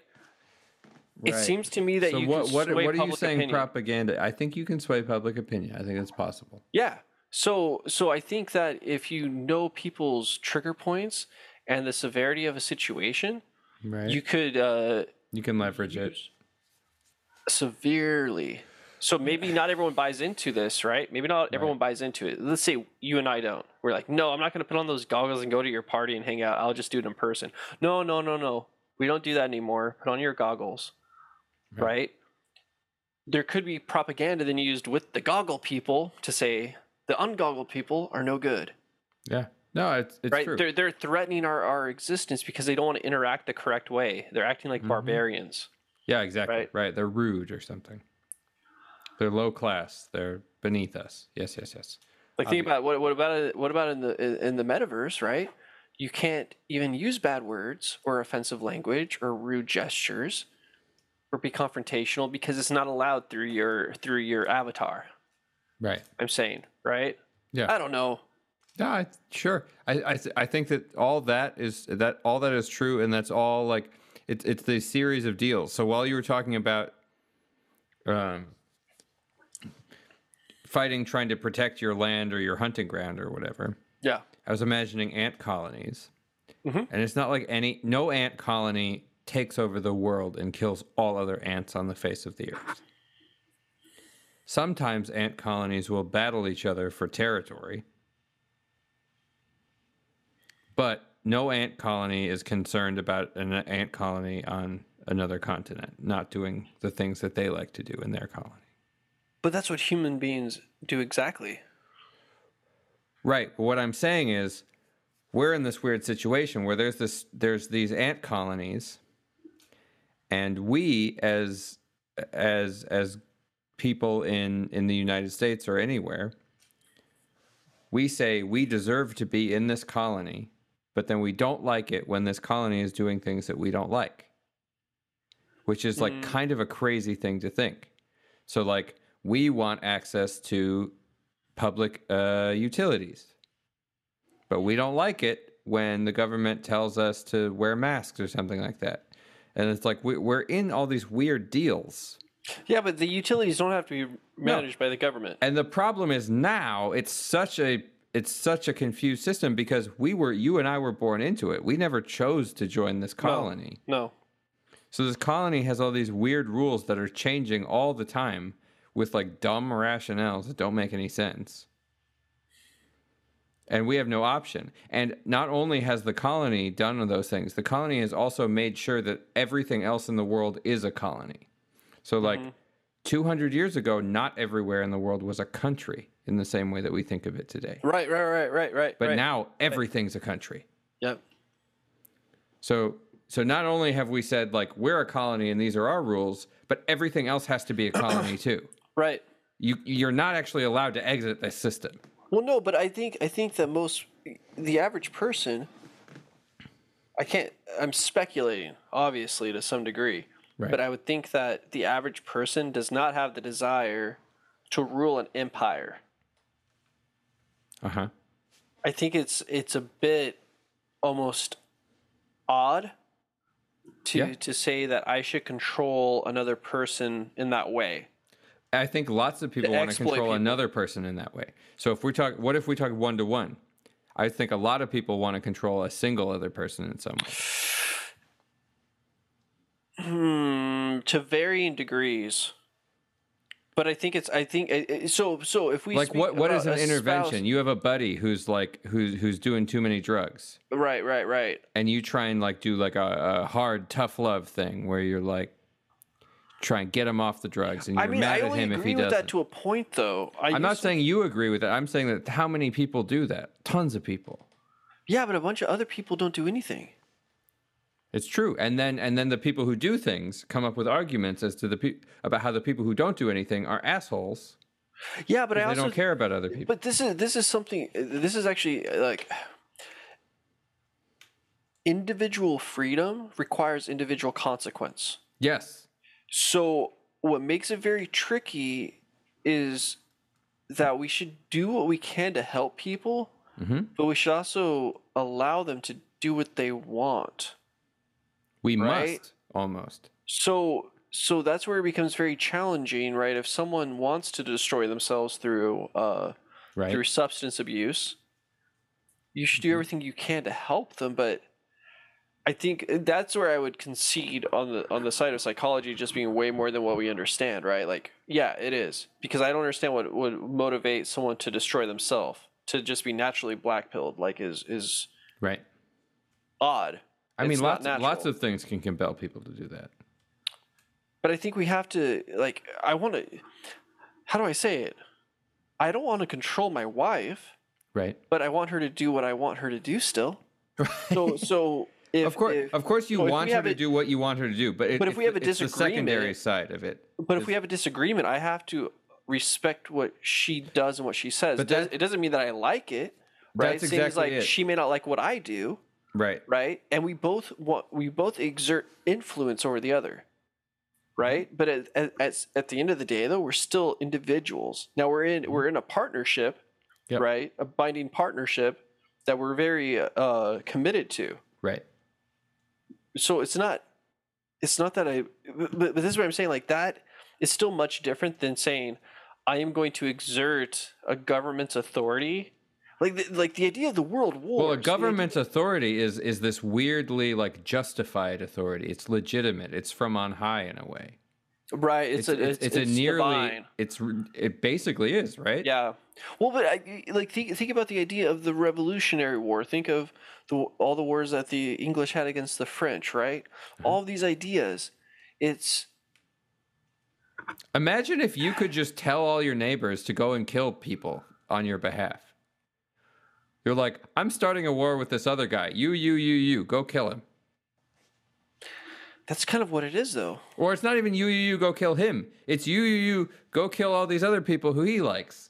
it
right.
seems to me that
so
you
what
can
what,
sway
what are you
public
saying
opinion.
propaganda? I think you can sway public opinion. I think it's possible.
yeah so so i think that if you know people's trigger points and the severity of a situation
Right.
you
You,
could uh
can leverage it.
severely. So maybe not everyone buys into this, right? Maybe not everyone buys into it. Let's say you and I don't. We're like, no, I'm not going to put on those goggles and go to your party and hang out. I'll just do it in person. No, no, no, no. We don't do that anymore. Put on your goggles,
Right.
right? There could be propaganda then used with the goggle people to say the ungoggled people are no good,
Yeah. No, it's it's
right?
true.
They're they're threatening our our existence because they don't want to interact the correct way. They're acting like
Mhm.
barbarians.
Yeah, exactly. Right.
Right.
They're rude or something. They're low class. They're beneath us. Yes, yes, yes.
Like
Um,
think about what what about it- what about in the in- in the metaverse, right? You can't even use bad words or offensive language or rude gestures or be confrontational because it's not allowed through your through your avatar.
Right.
I'm saying, right?
Yeah.
I don't know.
Yeah, I, sure. I, I th- I think that all that is that all that is true, and that's all like it's it's the series of deals. So while you were talking about um, fighting, trying to protect your land or your hunting ground or whatever,
Yeah.
I was imagining ant colonies,
Mhm.
and it's not like any no ant colony takes over the world and kills all other ants on the face of the earth. Sometimes ant colonies will battle each other for territory, but no ant colony is concerned about an ant colony on another continent not doing the things that they like to do in their colony.
But that's what human beings do exactly.
Right. But what I'm saying is we're in this weird situation where there's this there's these ant colonies and we as as as people in in the United States or anywhere we say we deserve to be in this colony but then we don't like it when this colony is doing things that we don't like which is like kind of a crazy thing to think so like we want access to public uh, utilities. But we don't like it when the government tells us to wear masks or something like that. And it's like we- we're in all these weird deals.
Yeah, but the utilities don't have to be managed by the government.
And the problem is now it's such a it's such a confused system because we were you and I were born into it. We never chose to join this colony.
No.
So this colony has all these weird rules that are changing all the time with like dumb rationales that don't make any sense. And we have no option. And not only has the colony done those things, the colony has also made sure that everything else in the world is a colony. So like
Mm-hmm.
200 years ago, not everywhere in the world was a country in the same way that we think of it today.
Right, right, right, right, right.
But now everything's a country.
Yep.
So so not only have we said like we're a colony and these are our rules, but everything else has to be a colony too.
Right.
You you're not actually allowed to exit this system.
Well, no, but I think I think that most the average person. I can't. I'm speculating, obviously, to some degree,
Right.
but I would think that the average person does not have the desire to rule an empire.
Uh-huh.
I think it's it's a bit almost odd to
Yeah.
to say that I should control another person in that way.
I think lots of people want to
exploit
control
people.
another person in that way. So if we talk what if we talk one to one? I think a lot of people want to control a single other person in some way.
Hmm, to varying degrees. But I think it's I think I- I- so so if we
Like
speak
what what is
about
an
a
intervention?
spouse-
You have a buddy who's like who's who's doing too many drugs.
Right, right, right.
and you try and like do like a, a hard tough love thing where you're like try and get him off the drugs, and you're
I mean,
mad
I
at
only
him if
agree
he
with
doesn't.
that to a point, though. I
I'm not
used to-
saying you agree with that. I'm saying that how many people do that? Tons of people.
Yeah, but a bunch of other people don't do anything.
It's true. And then and then the people who do things come up with arguments as to the pe- about how the people who don't do anything are assholes.
Yeah, but I
They
also
don't care about other people.
But this is this is something. This is actually uh, like individual freedom requires individual consequence.
yes.
So what makes it very tricky is that we should do what we can to help people,
hmm
but we should also allow them to do what they want.
We
Right?
must almost.
So so that's where it becomes very challenging, right? If someone wants to destroy themselves through uh,
Right. Mm-hmm.
through substance abuse. You should do everything you can to help them, but I think uh, that's where I would concede on the on the side of psychology just being way more than what we understand, right? Like, yeah, it is because I don't understand what would motivate someone to destroy themselves to just be naturally black pilled. Like, is is
right.
odd.
I mean
It's not
lots lots
natural.
of things can compel people to do that.
But I think we have to like. I want to. How do I say it? I don't want to control my wife,
Right.
but I want her to do what I want her to do still. So so if,
of course
if-
of course you
so if we
want her
have
to
a-
do what you want her to do, but, it,
But if
it's
we have a
the- it's the secondary
disagreement-
side of it.
but if we have a disagreement, I have to respect what she does and what she says.
But
It does-
that-
it doesn't mean that I like it, right?
That's
it seems
exactly
like
it.
she may not like what I do,
Right.
right? And we both want we both exert influence over the other. Right,
Mm-hmm.
but at, at, at, at the end of the day, though, we're still individuals. Now we're in we're in a partnership,
Yep.
right? A binding partnership that we're very uh, committed to.
Right.
so it's not it's not that i but, but this is what i'm saying like that is still much different than saying i am going to exert a government's authority like the, like the idea of the world war
Well, a government's authority is is this weirdly like justified authority. It's legitimate. It's from on high in a way.
right it's, a it's,
a nearly
divine.
it's r- it basically is right.
yeah well but I, like think, think about the idea of the revolutionary war think of the, all the wars that the english had against the french right
Mm-hmm.
all these ideas it's
Imagine if you could just tell all your neighbors to go and kill people on your behalf. You're like, I'm starting a war with this other guy. You, you, you, you, go kill him.
that's kind of what it is though
Or it's not even you, you, you, go kill him. It's you, you, you, go kill all these other people who he likes.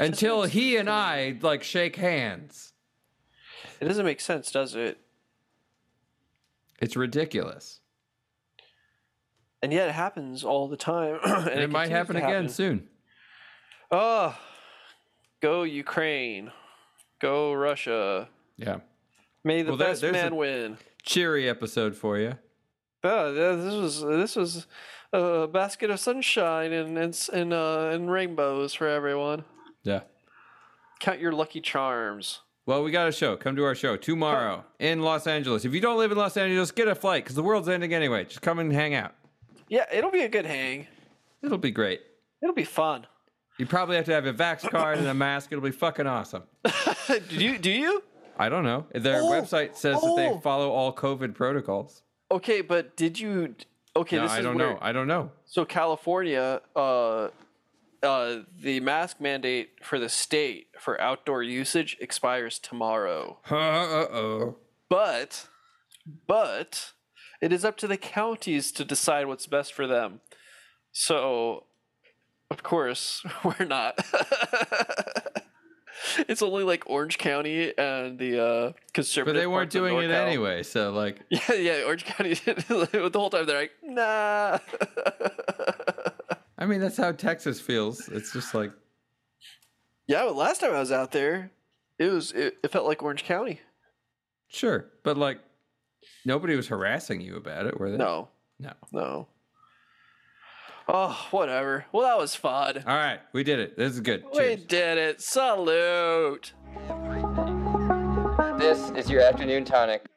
Until
makes
he and I like shake hands.
it doesn't make sense does it
It's ridiculous.
and yet it happens all the time. and
And it, might
continues
happen
to
again soon.
Oh, go Ukraine, go Russia.
Yeah.
May the
Well, there-
best
there's
man
a-
win.
Cheery episode for you.
Oh, th- this was this was a basket of sunshine and and s- and, uh, and rainbows for everyone.
Yeah.
Count your lucky charms.
Well, we got a show. Come to our show tomorrow in Los Angeles. If you don't live in Los Angeles, get a flight because the world's ending anyway. Just come and hang out.
Yeah, it'll be a good hang.
It'll be great.
It'll be fun.
You probably have to have a vax card and a mask. It'll be fucking awesome.
do you do you?
I don't know. Their
Oh!
website says that
Oh!
they follow all COVID protocols.
Okay, but did you? Okay,
No,
this is
I don't
weird.
know. I don't know.
So California, uh, uh, the mask mandate for the state for outdoor usage expires tomorrow.
Uh oh.
But, but it is up to the counties to decide what's best for them. So, of course, we're not. it's only like Orange County and the uh,
But
conservative.
they weren't
parts of
doing it
NorCal.
anyway. So, like,
Yeah, yeah. Orange County. the whole time they're like, nah.
I mean, that's how Texas feels. It's just like,
Yeah, but last time I was out there, it was it, it felt like Orange County.
sure. But, like, nobody was harassing you about it, were they?
No,
No.
no. Oh, whatever. Well, that was fun.
All right. We did it. This is good.
We
Cheers.
did it. Salute.
This is your afternoon tonic.